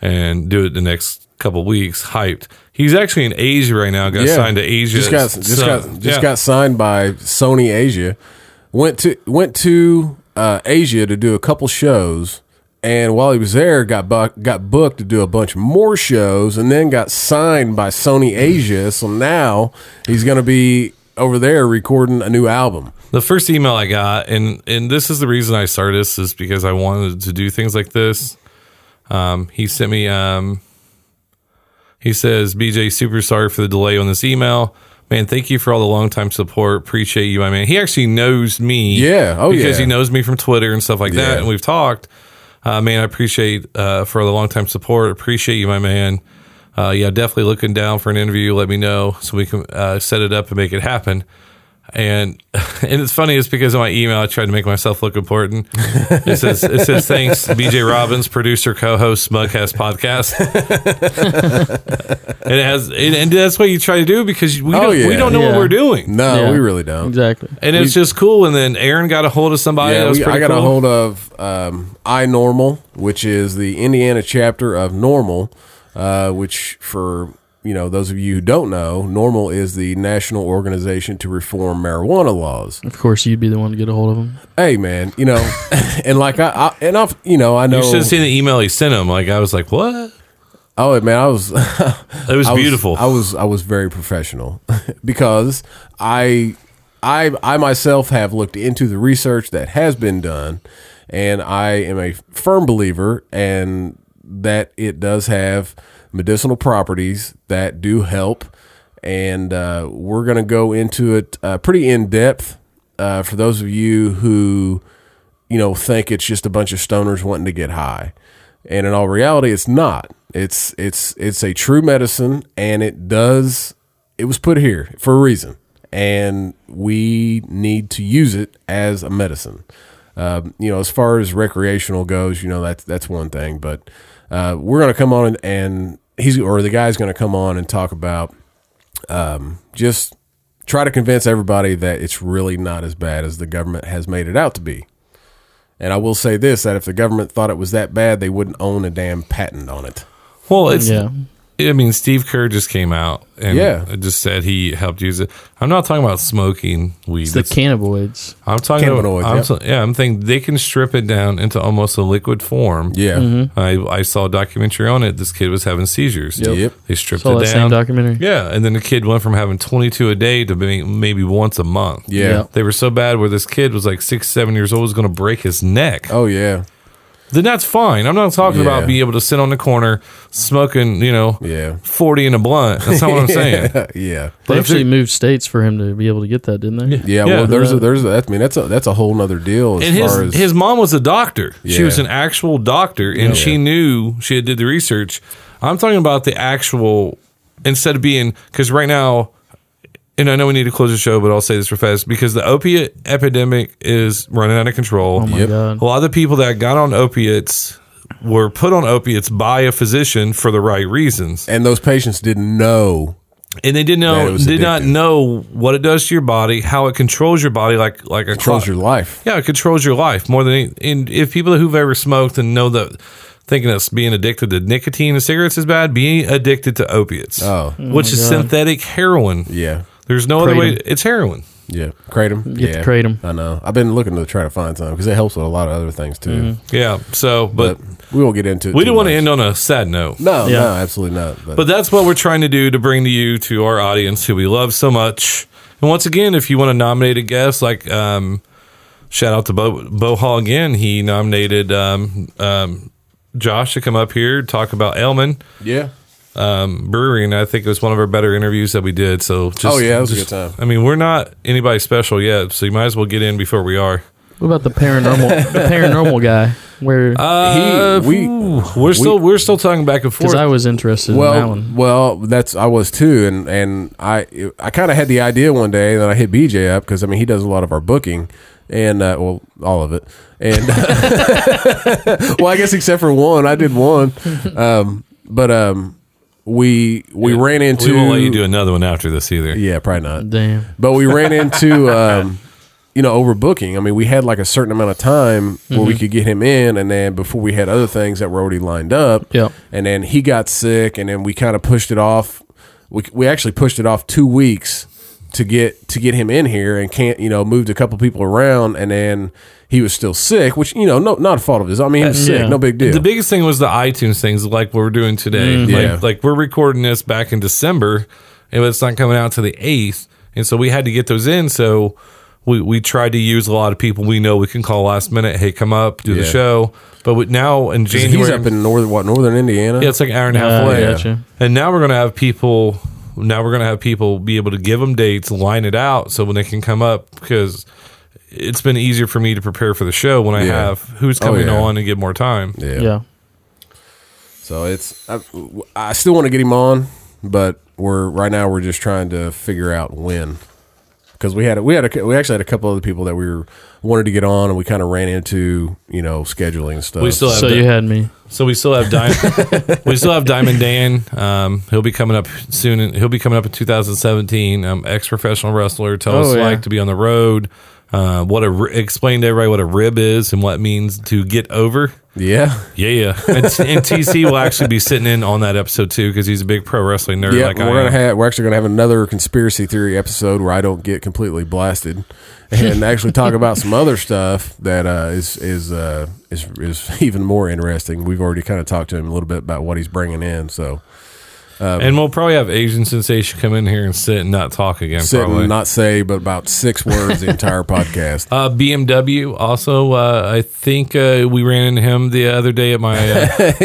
S4: and do it the next couple weeks." Hyped. He's actually in Asia right now. Got
S1: yeah.
S4: signed to Asia.
S1: Just got just
S4: So-
S1: got just
S4: yeah.
S1: got signed by Sony Asia. Went to went to uh, Asia to do a couple shows, and while he was there, got bu- got booked to do a bunch more shows, and then got signed by Sony Asia. So now he's going to be over there recording a new album.
S4: The first email I got, and and this is the reason I started this is because I wanted to do things like this. Um, he sent me. Um, he says, "BJ, super sorry for the delay on this email, man. Thank you for all the long time support. Appreciate you, my man. He actually knows me,
S1: Yeah. Oh,
S4: because
S1: yeah.
S4: he knows me from Twitter and stuff like
S1: Yeah.
S4: that, and we've talked. Uh, man, I appreciate uh, for the long time support. Appreciate you, my man. Uh, yeah, definitely looking down for an interview. Let me know so we can uh, set it up and make it happen." and <laughs> and it's funny it's because of my email I tried to make myself look important. It says it says thanks BJ Robbins producer co-host Smugcast podcast. <laughs> and it has and, and that's what you try to do because we
S1: Oh,
S4: don't, we
S1: yeah.
S4: don't know
S5: Yeah.
S4: what we're doing.
S1: No,
S5: Yeah.
S1: Oh, we really don't.
S5: Exactly.
S4: And it's just cool. And then Aaron got a hold of somebody.
S1: Yeah,
S4: that was
S1: we,
S4: pretty
S1: I got
S4: cool.
S1: a hold of um, iNormal, which is the Indiana chapter of Normal, uh, which for you know those of you who don't know, Normal is the national organization to reform marijuana
S4: <laughs>
S1: laws.
S5: Of course, you'd be the one to get a hold of him.
S1: Hey, man, you know, <laughs> and like I, I and I've you know I know.
S4: You should have seen the email he sent him. Like I was like, what?
S1: oh man, I was <laughs>
S4: It was
S1: I was-
S4: beautiful.
S1: I was I was very professional <laughs> because I I I myself have looked into the research that has been done, and I am a firm believer and that it does have medicinal properties that do help, and uh, we're gonna go into it uh, pretty in depth uh, for those of you who you know think it's just a bunch of stoners wanting to get high and in all reality it's not it's it's it's a true medicine and it does it was put here for a reason and we need to use it as a medicine um, you know as far as recreational goes you know that's that's one thing but uh, we're going to come on and, and he's or the guy's going to come on and talk about um, just try to convince everybody that it's really not as bad as the government has made it out to be. And I will say this that if the government thought it was that bad, they wouldn't own a damn patent on it.
S4: well, it's
S5: Yeah.
S4: I mean, Steve Kerr just came out and
S1: Yeah.
S4: just said he helped use it. I'm not talking about smoking weed.
S5: It's the
S4: It's-
S5: cannabinoids.
S4: I'm talking
S1: Cannabinoids,
S4: about. I'm
S1: yep.
S4: so- yeah, I'm thinking they can strip it down into almost a liquid form.
S1: Yeah. Mm-hmm.
S4: I, I saw a documentary on it. This kid was having seizures.
S1: Yep.
S4: They stripped
S5: Saw
S4: it
S5: that same
S4: down.
S5: documentary.
S4: yeah, and then the kid went from having 22 a day to being maybe once a month.
S1: Yeah.
S5: Yeah.
S4: They were so bad where this kid was like six, seven years old was going to break his neck.
S1: Oh, yeah. <laughs>
S4: Then that's fine. I'm not talking
S1: Yeah.
S4: about being able to sit on the corner smoking, you know,
S1: Yeah.
S4: 40 in a blunt. That's not what
S1: <laughs>
S4: I'm saying.
S1: yeah.
S5: They
S4: But if
S5: actually
S4: they-
S5: moved states for him to be able to get that, didn't they?
S1: Yeah,
S4: Yeah.
S1: well, there's a, there's a, that's, I mean, that's a, that's a whole nother deal as
S4: and his
S1: far as,
S4: his mom was a doctor. She
S1: Yeah.
S4: was an actual doctor, and she knew she had did the research. I'm talking about the actual instead of being because right now, and I know we need to close the show, but I'll say this for fast because the opiate epidemic is running out of control.
S5: Oh my
S1: Yep.
S5: god.
S4: A lot of the people that got on opiates were put on opiates by a physician for the right reasons,
S1: and those patients didn't know.
S4: and they didn't
S1: That it
S4: know
S1: was
S4: did not
S1: addictive.
S4: know what it does to your body, how it controls your body, like like a
S1: Controls
S4: clock.
S1: your life.
S4: Yeah, it controls your life more than any, and if people who've ever smoked and know that thinking that being addicted to nicotine and cigarettes is bad, being addicted to opiates,
S1: Oh.
S4: which is synthetic heroin.
S1: Yeah.
S4: There's no other way.
S5: Kratom.
S4: It's heroin.
S1: Yeah. Kratom.
S5: Get
S1: yeah.
S5: the kratom.
S1: I know. I've been looking to try to find some because it helps with a lot of other things too.
S4: Yeah. So, Mm-hmm. but,
S1: But we won't get into it.
S4: we
S1: too
S4: didn't want to
S1: much.
S4: end on a sad note.
S1: No,
S5: Yeah.
S1: no, absolutely not. But,
S4: But that's what we're trying to do to bring to you to our audience who we love so much. And once again, if you want to nominate a guest, like um, shout out to Bo, Bo Hall again. He nominated um, um, Josh to come up here talk about Elman.
S1: yeah.
S4: um, brewery, and I think it was one of our better interviews that we did. So, just,
S1: Oh, yeah, it was a
S4: just-
S1: good time.
S4: I mean, we're not anybody special yet, so you might as well get in before we are.
S5: What about the paranormal? the paranormal guy. Where?
S4: Uh,
S1: we-
S4: ooh, we're still we're still talking back and forth.
S5: Because I was interested in that
S1: Well,
S5: one.
S1: well, that's I was too, and and I I kind of had the idea one day, and then I hit BJ up because I mean he does a lot of our booking, and uh, well, all of it, and <laughs> well, I guess except for one, I did
S5: <laughs>
S1: one, um, but um, we we ran into
S4: we won't let you do another one after this either.
S1: yeah, probably not.
S5: Damn.
S1: But we ran into, um, you know, overbooking. I mean, we had like a certain amount of time where we could get him in, and then before we had other things that were already lined up.
S5: Yep.
S1: And then he got sick, and then we kind of pushed it off. We we actually pushed it off two weeks to get to get him in here, and can't you know moved a couple people around, and then he was still sick, which you know, no, not a fault of his. I mean, he was sick,
S5: Yeah.
S1: no big deal.
S4: The biggest thing was the iTunes things, like what we're doing today. Like,
S1: Mm-hmm. Yeah.
S4: like we're recording this back in December, and it's not coming out to the eighth, and so we had to get those in. So we we tried to use a lot of people we know we can call last minute. Hey, come up, do the
S1: Yeah.
S4: show. But we, now in January,
S1: He's up in northern what northern Indiana.
S4: yeah, it's like an hour and a half
S5: Uh,
S4: away.
S5: gotcha.
S4: And now we're gonna have people. Now we're gonna have people be able to give them dates, line it out, so when they can come up because it's been easier for me to prepare for the show when I
S1: Yeah.
S4: have who's
S1: Oh,
S4: coming
S1: yeah.
S4: on and get more time.
S1: yeah.
S5: Yeah.
S1: So it's I, I still want to get him on, but we're right now we're just trying to figure out when because we had we had a, we actually had a couple other people that we were, wanted to get on and we kind of ran into you know scheduling and stuff.
S4: We still have
S5: So
S4: the-
S5: you had me.
S4: So we still
S1: <laughs>
S4: have Diamond. we still have Diamond Dan. Um, he'll be coming up soon. in- He'll be coming up in 2017. Um, ex professional wrestler. Tell us
S5: Oh, yeah.
S4: like to be on the road. Uh, what a ri- explain to everybody what a rib is and what it means to get over.
S1: yeah,
S4: Yeah, yeah. <laughs> And, and TC will actually be sitting in on that episode too because he's a big pro wrestling nerd.
S1: yeah.
S4: like I
S1: we're gonna
S4: am.
S1: have we're actually gonna have another conspiracy theory episode where I don't get completely blasted <laughs> and actually talk about some other stuff that uh, is is uh, is is <laughs> even more interesting. We've already kind of talked to him a little bit about what he's bringing in, so.
S4: and we'll probably have Asian Sensation come in here and sit and not talk again.
S1: sit
S4: probably.
S1: and not say but about six words the
S4: <laughs>
S1: entire podcast.
S4: Uh, BMW also. Uh, I think uh, we ran into him the other day at my.
S1: <laughs>
S4: Uh,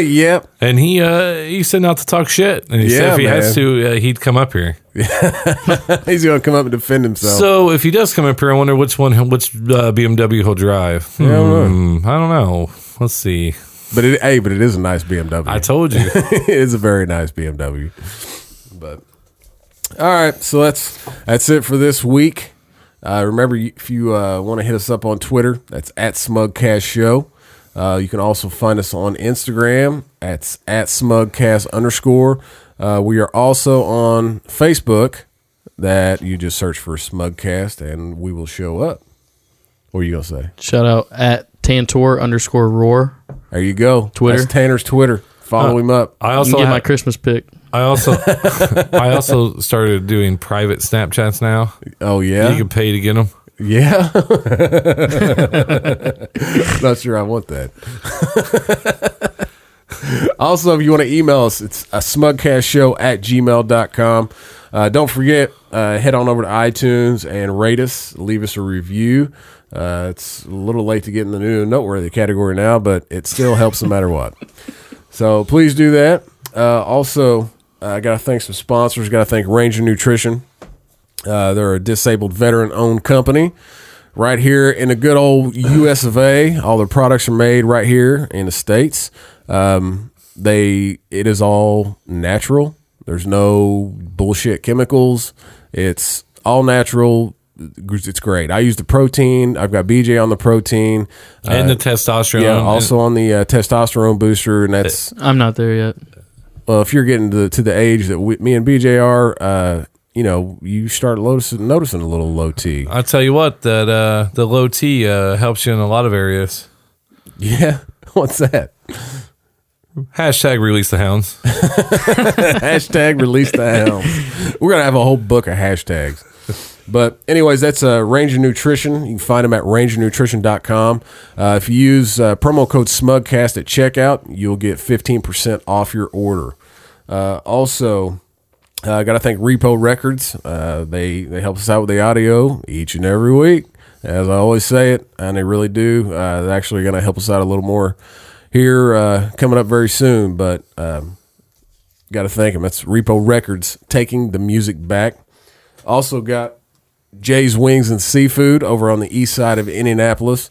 S1: <laughs> yep.
S4: And he uh, he said not to talk shit. And he said
S1: Yeah,
S4: if he has
S1: man.
S4: to, uh, he'd come up here.
S1: He's going to come up and defend himself.
S4: So if he does come up here, I wonder which one, he'll- which uh, BMW he'll drive. Hmm, I,
S1: don't
S4: don't know. Let's see.
S1: but it, hey, but it is a nice BMW.
S4: I told
S1: <laughs>
S4: you.
S1: it is a very nice BMW. But all right, so that's that's it for this week. Uh, remember, you- if you uh, want to hit us up on Twitter, that's at Smugcast Show. Uh, you can also find us on Instagram at at Smugcast underscore. Uh, we are also on Facebook. That you just search for Smugcast and we will show up. What are you gonna say?
S5: Shout out at Tantor underscore roar.
S1: There you go.
S5: Twitter.
S1: That's Tanner's Twitter. Follow him up.
S4: I
S5: I can
S4: also
S5: get
S4: ha-
S5: my Christmas pick.
S4: I also <laughs> I also started doing private Snapchats now.
S1: Oh yeah.
S4: You can pay to get them.
S1: Yeah. <laughs> Not sure I want that. <laughs> also, if you want to email us, it's a smugcastshow at gmail.com. Uh, don't forget, uh, head on over to iTunes and rate us, leave us a review. Uh, it's a little late to get in the new and noteworthy category now, but it still helps no matter what. So please do that. Uh, also, I got to thank some sponsors. Got to thank Ranger Nutrition. Uh, they're a disabled veteran owned company right here in the good old US of A. All their products are made right here in the States. Um, they it is all natural. There's no bullshit chemicals. It's all natural. It's great. I use the protein. I've got BJ on the protein.
S4: And
S1: Uh,
S4: the testosterone.
S1: yeah, also on the uh, testosterone booster, and that's
S5: I'm not there yet.
S1: well, if you're getting to the, to the age that we, me and BJ are, uh, you know, you start noticing, noticing a little low T.
S4: I'll tell you what, that uh, the low T uh, helps you in a lot of areas.
S1: Yeah. <laughs> What's that?
S4: Hashtag release the
S1: <laughs>
S4: hounds.
S1: Hashtag release the hounds. <laughs> We're going to have a whole book of hashtags. But, anyways, that's uh, Ranger Nutrition. You can find them at rangernutrition.com. Uh, if you use uh, promo code SMUGCAST at checkout, you'll get 15% off your order. Uh, also, I uh, got to thank Repo Records. Uh, they they help us out with the audio each and every week, as I always say it, and they really do. Uh, they're actually going to help us out a little more here uh, coming up very soon. But um, got to thank them. That's Repo Records taking the music back. Also got Jay's Wings and Seafood over on the east side of Indianapolis.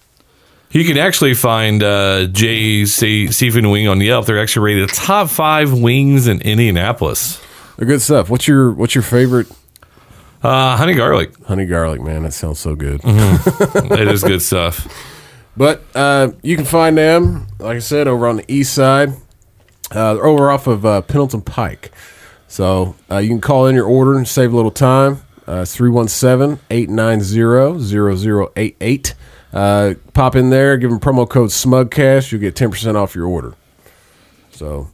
S4: You can actually find uh, Jay's Sea- Seafood and Wing on Yelp. They're actually rated top five wings in Indianapolis.
S1: They're good stuff. What's your what's your favorite
S4: Uh, honey garlic.
S1: Honey garlic, man, that sounds so good.
S4: it is good stuff.
S1: But uh, you can find them, like I said, over on the east side. Uh, they're over off of uh, Pendleton Pike. So uh, you can call in your order and save a little time. Uh, 317-890-0088. Uh, pop in there, give them promo code SMUGCASH. You'll get 10% off your order. So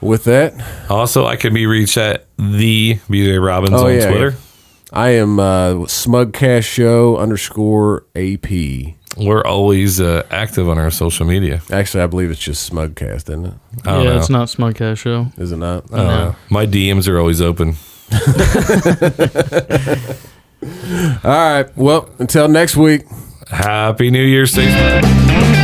S1: with that,
S4: Also, I can be reached at the BJ Robbins
S1: Oh,
S4: on
S1: yeah,
S4: Twitter.
S1: I am uh, SmugCash Show underscore AP.
S4: We're always uh, active on our social media.
S1: Actually, I believe it's just SmugCast, isn't it?
S4: I don't
S5: yeah,
S4: know.
S5: it's not Smug Cash Show.
S1: Is it not?
S4: I don't know. My DMs are always open.
S1: All right. Well, until next week.
S4: Happy New Year, Steve.